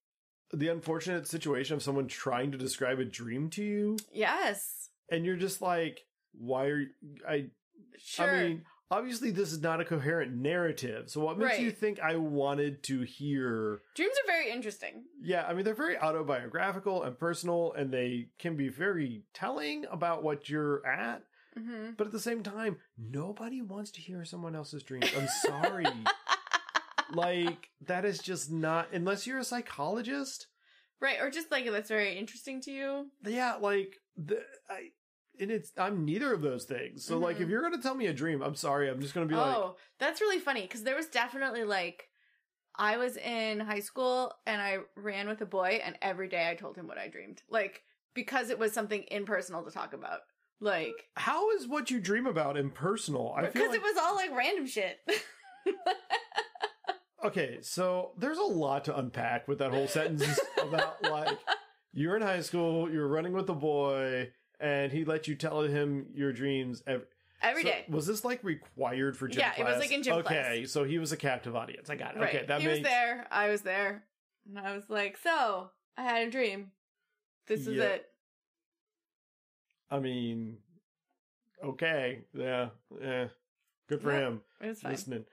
[SPEAKER 1] the unfortunate situation of someone trying to describe a dream to you,
[SPEAKER 3] Yes.
[SPEAKER 1] and you're just like, "Why are you, I
[SPEAKER 3] Sure.
[SPEAKER 1] I mean, obviously, this is not a coherent narrative. So, what makes you
[SPEAKER 3] Right.
[SPEAKER 1] think I wanted to hear?
[SPEAKER 3] Dreams are very interesting.
[SPEAKER 1] Yeah, I mean, they're very autobiographical and personal, and they can be very telling about what you're at.
[SPEAKER 3] hmm
[SPEAKER 1] But at the same time, nobody wants to hear someone else's dreams. I'm sorry. like, that is just not, unless you're a psychologist.
[SPEAKER 3] Right. Or just like that's very interesting to you.
[SPEAKER 1] Yeah, like, the, I. And it's I'm neither of those things. So like,
[SPEAKER 3] Mhm.
[SPEAKER 1] if you're gonna tell me a dream, I'm sorry. I'm just gonna be like,
[SPEAKER 3] oh, that's really funny because there was definitely like, I was in high school and I ran with a boy, and every day I told him what I dreamed, like because it was something impersonal to talk about, like
[SPEAKER 1] how is what you dream about impersonal? I feel
[SPEAKER 3] because
[SPEAKER 1] like
[SPEAKER 3] it was all like random shit.
[SPEAKER 1] Okay, so there's a lot to unpack with that whole sentence about like you're in high school, you're running with the boy, and he let you tell him your dreams every
[SPEAKER 3] every
[SPEAKER 1] so
[SPEAKER 3] day,
[SPEAKER 1] was this like required for gym
[SPEAKER 3] Yeah, it was,
[SPEAKER 1] class?
[SPEAKER 3] like, in gym
[SPEAKER 1] okay,
[SPEAKER 3] class.
[SPEAKER 1] so he was a captive audience. I got it.
[SPEAKER 3] right?
[SPEAKER 1] Okay, that
[SPEAKER 3] he
[SPEAKER 1] makes
[SPEAKER 3] was there, I was there, and I was like, so I had a dream. This is
[SPEAKER 1] Yeah.
[SPEAKER 3] it.
[SPEAKER 1] I mean, okay, yeah, yeah, good for
[SPEAKER 3] Yeah,
[SPEAKER 1] him
[SPEAKER 3] It's fine.
[SPEAKER 1] listening.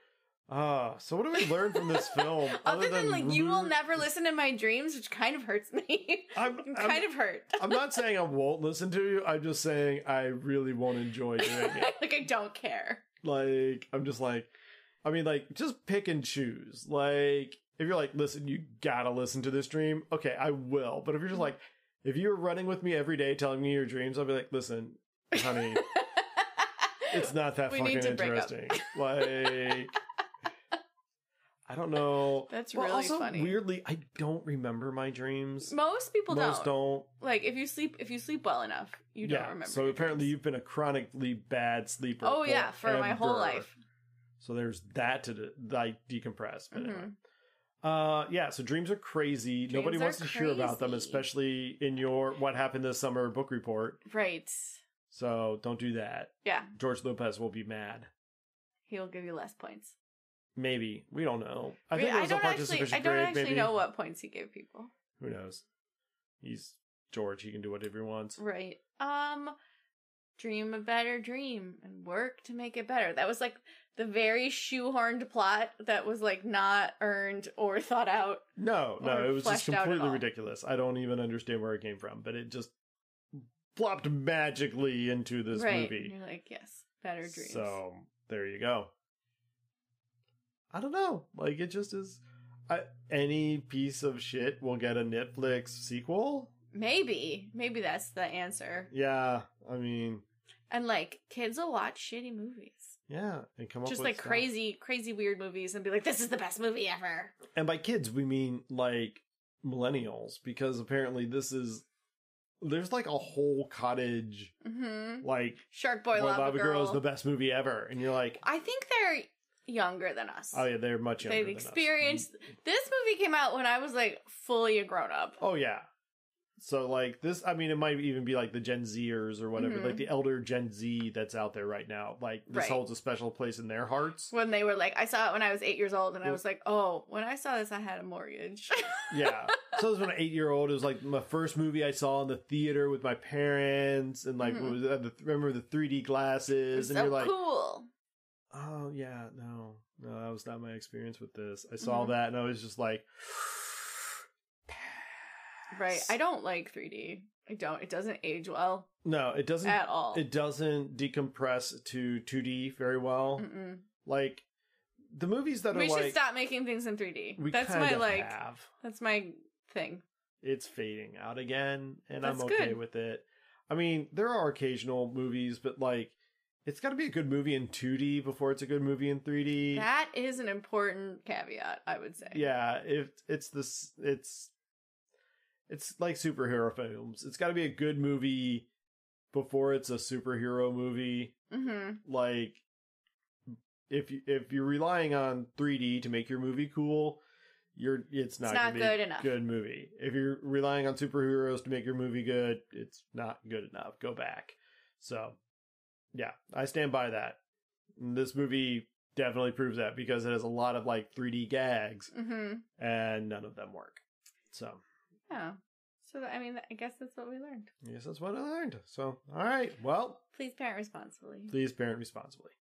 [SPEAKER 1] Ah, so what do we learn from this film?
[SPEAKER 3] Other than, like, you will
[SPEAKER 1] rude-
[SPEAKER 3] never listen to my dreams, which kind of hurts me.
[SPEAKER 1] I'm,
[SPEAKER 3] I'm
[SPEAKER 1] I'm-
[SPEAKER 3] kind of hurt.
[SPEAKER 1] I'm not saying I won't listen to you. I'm just saying I really won't enjoy doing it.
[SPEAKER 3] like I don't care.
[SPEAKER 1] Like, I'm just like, I mean, like, just pick and choose. Like, if you're like, listen, you gotta listen to this dream, okay, I will. But if you're just like, if you're running with me every day telling me your dreams, I'll be like, listen, honey, it's not that
[SPEAKER 3] We
[SPEAKER 1] fucking
[SPEAKER 3] need to break up.
[SPEAKER 1] interesting. Like, I don't know.
[SPEAKER 3] That's
[SPEAKER 1] well,
[SPEAKER 3] really
[SPEAKER 1] also,
[SPEAKER 3] funny.
[SPEAKER 1] weirdly, I don't remember my dreams.
[SPEAKER 3] Most people
[SPEAKER 1] Most
[SPEAKER 3] don't.
[SPEAKER 1] don't.
[SPEAKER 3] Like if you sleep if you sleep well enough, you don't remember.
[SPEAKER 1] So
[SPEAKER 3] your
[SPEAKER 1] apparently,
[SPEAKER 3] dreams.
[SPEAKER 1] you've been a chronically bad sleeper.
[SPEAKER 3] Oh yeah, for my whole
[SPEAKER 1] forever.
[SPEAKER 3] life.
[SPEAKER 1] So there's that to de- like decompress. But anyway.
[SPEAKER 3] Mhm.
[SPEAKER 1] Uh, yeah. So dreams are crazy.
[SPEAKER 3] Dreams
[SPEAKER 1] Nobody
[SPEAKER 3] are
[SPEAKER 1] wants to hear about them,
[SPEAKER 3] crazy.
[SPEAKER 1] especially in your "What Happened This Summer" book report.
[SPEAKER 3] Right.
[SPEAKER 1] So don't do that.
[SPEAKER 3] Yeah,
[SPEAKER 1] George Lopez will be mad.
[SPEAKER 3] he will give you less points.
[SPEAKER 1] Maybe we don't know. I
[SPEAKER 3] Wait,
[SPEAKER 1] think it was a
[SPEAKER 3] don't actually.
[SPEAKER 1] participation
[SPEAKER 3] I don't
[SPEAKER 1] grade.
[SPEAKER 3] actually
[SPEAKER 1] maybe
[SPEAKER 3] know what points he gave people.
[SPEAKER 1] Who knows? He's George. He can do whatever he wants.
[SPEAKER 3] Right. Um, dream a better dream and work to make it better. That was like the very shoehorned plot that was like not earned or thought out.
[SPEAKER 1] No, no,
[SPEAKER 3] or
[SPEAKER 1] it was just
[SPEAKER 3] fleshed out at
[SPEAKER 1] completely
[SPEAKER 3] all.
[SPEAKER 1] ridiculous. I don't even understand where it came from, but it just plopped magically into this
[SPEAKER 3] right. And
[SPEAKER 1] movie.
[SPEAKER 3] you're like, yes, better dreams.
[SPEAKER 1] So there you go. I don't know. Like it just is. I, any piece of shit will get a Netflix sequel.
[SPEAKER 3] Maybe. Maybe that's the answer.
[SPEAKER 1] Yeah, I mean,
[SPEAKER 3] And like kids will watch shitty movies.
[SPEAKER 1] Yeah, and come
[SPEAKER 3] just
[SPEAKER 1] up with
[SPEAKER 3] like
[SPEAKER 1] stuff.
[SPEAKER 3] crazy, crazy weird movies and be like, this is the best movie ever.
[SPEAKER 1] And by kids, we mean like millennials, because apparently this is there's like a whole cottage
[SPEAKER 3] Mm-hmm.
[SPEAKER 1] like
[SPEAKER 3] Shark Boy
[SPEAKER 1] Well,
[SPEAKER 3] Lava,
[SPEAKER 1] Lava
[SPEAKER 3] Girl.
[SPEAKER 1] Girl is the best movie ever, and you're like,
[SPEAKER 3] I think they're younger than us.
[SPEAKER 1] oh yeah, they're much younger.
[SPEAKER 3] They've
[SPEAKER 1] than us. Mm-hmm.
[SPEAKER 3] experienced this movie came out when I was like fully a grown up.
[SPEAKER 1] Oh yeah. So like this, I mean, it might even be like the Gen Zers or whatever,
[SPEAKER 3] Mhm.
[SPEAKER 1] like the elder Gen Z that's out there right now. Like this
[SPEAKER 3] Right.
[SPEAKER 1] holds a special place in their hearts.
[SPEAKER 3] When they were like, I saw it when I was eight years old, and I
[SPEAKER 1] Well-
[SPEAKER 3] was like, oh, when I saw this, I had a mortgage.
[SPEAKER 1] yeah. So this was an eight year old. It was like my first movie I saw in the theater with my parents, and like
[SPEAKER 3] Mhm.
[SPEAKER 1] was, uh, the, remember the 3D
[SPEAKER 3] It's
[SPEAKER 1] glasses, and
[SPEAKER 3] so
[SPEAKER 1] you're like,
[SPEAKER 3] cool.
[SPEAKER 1] oh yeah, no, no, that was not my experience with this. I saw
[SPEAKER 3] Mhm.
[SPEAKER 1] that, and I was just like,
[SPEAKER 3] Right. I don't like 3D. I don't. It doesn't age well
[SPEAKER 1] no, it doesn't.
[SPEAKER 3] at all.
[SPEAKER 1] It doesn't decompress to 2D very well.
[SPEAKER 3] Mm-mm.
[SPEAKER 1] Like the movies that
[SPEAKER 3] We
[SPEAKER 1] are
[SPEAKER 3] should
[SPEAKER 1] like
[SPEAKER 3] stop making things in 3D.
[SPEAKER 1] we
[SPEAKER 3] that's
[SPEAKER 1] kind
[SPEAKER 3] my
[SPEAKER 1] of
[SPEAKER 3] like.
[SPEAKER 1] have.
[SPEAKER 3] That's my thing.
[SPEAKER 1] It's fading out again, and I'm
[SPEAKER 3] That's
[SPEAKER 1] okay
[SPEAKER 3] good.
[SPEAKER 1] with it. I mean, there are occasional movies, but like it's got to be a good movie in 2D before it's a good movie in 3D.
[SPEAKER 3] That is an important caveat, I would say.
[SPEAKER 1] yeah, if it's this, it's it's like superhero films. It's got to be a good movie before it's a superhero movie.
[SPEAKER 3] Mm-hmm.
[SPEAKER 1] like if you, if you're relying on 3D to make your movie cool, you're it's not,
[SPEAKER 3] not
[SPEAKER 1] gonna be
[SPEAKER 3] good
[SPEAKER 1] a
[SPEAKER 3] enough.
[SPEAKER 1] Good movie. If you're relying on superheroes to make your movie good, it's not good enough. Go back. So, yeah, I stand by that. And this movie definitely proves that because it has a lot of like 3D gags
[SPEAKER 3] Mm-hmm.
[SPEAKER 1] and none of them work. So,
[SPEAKER 3] Yeah. So that, I mean, I guess that's what we learned.
[SPEAKER 1] I guess that's what I learned. So, all right. Well,
[SPEAKER 3] Please parent responsibly.
[SPEAKER 1] please parent responsibly.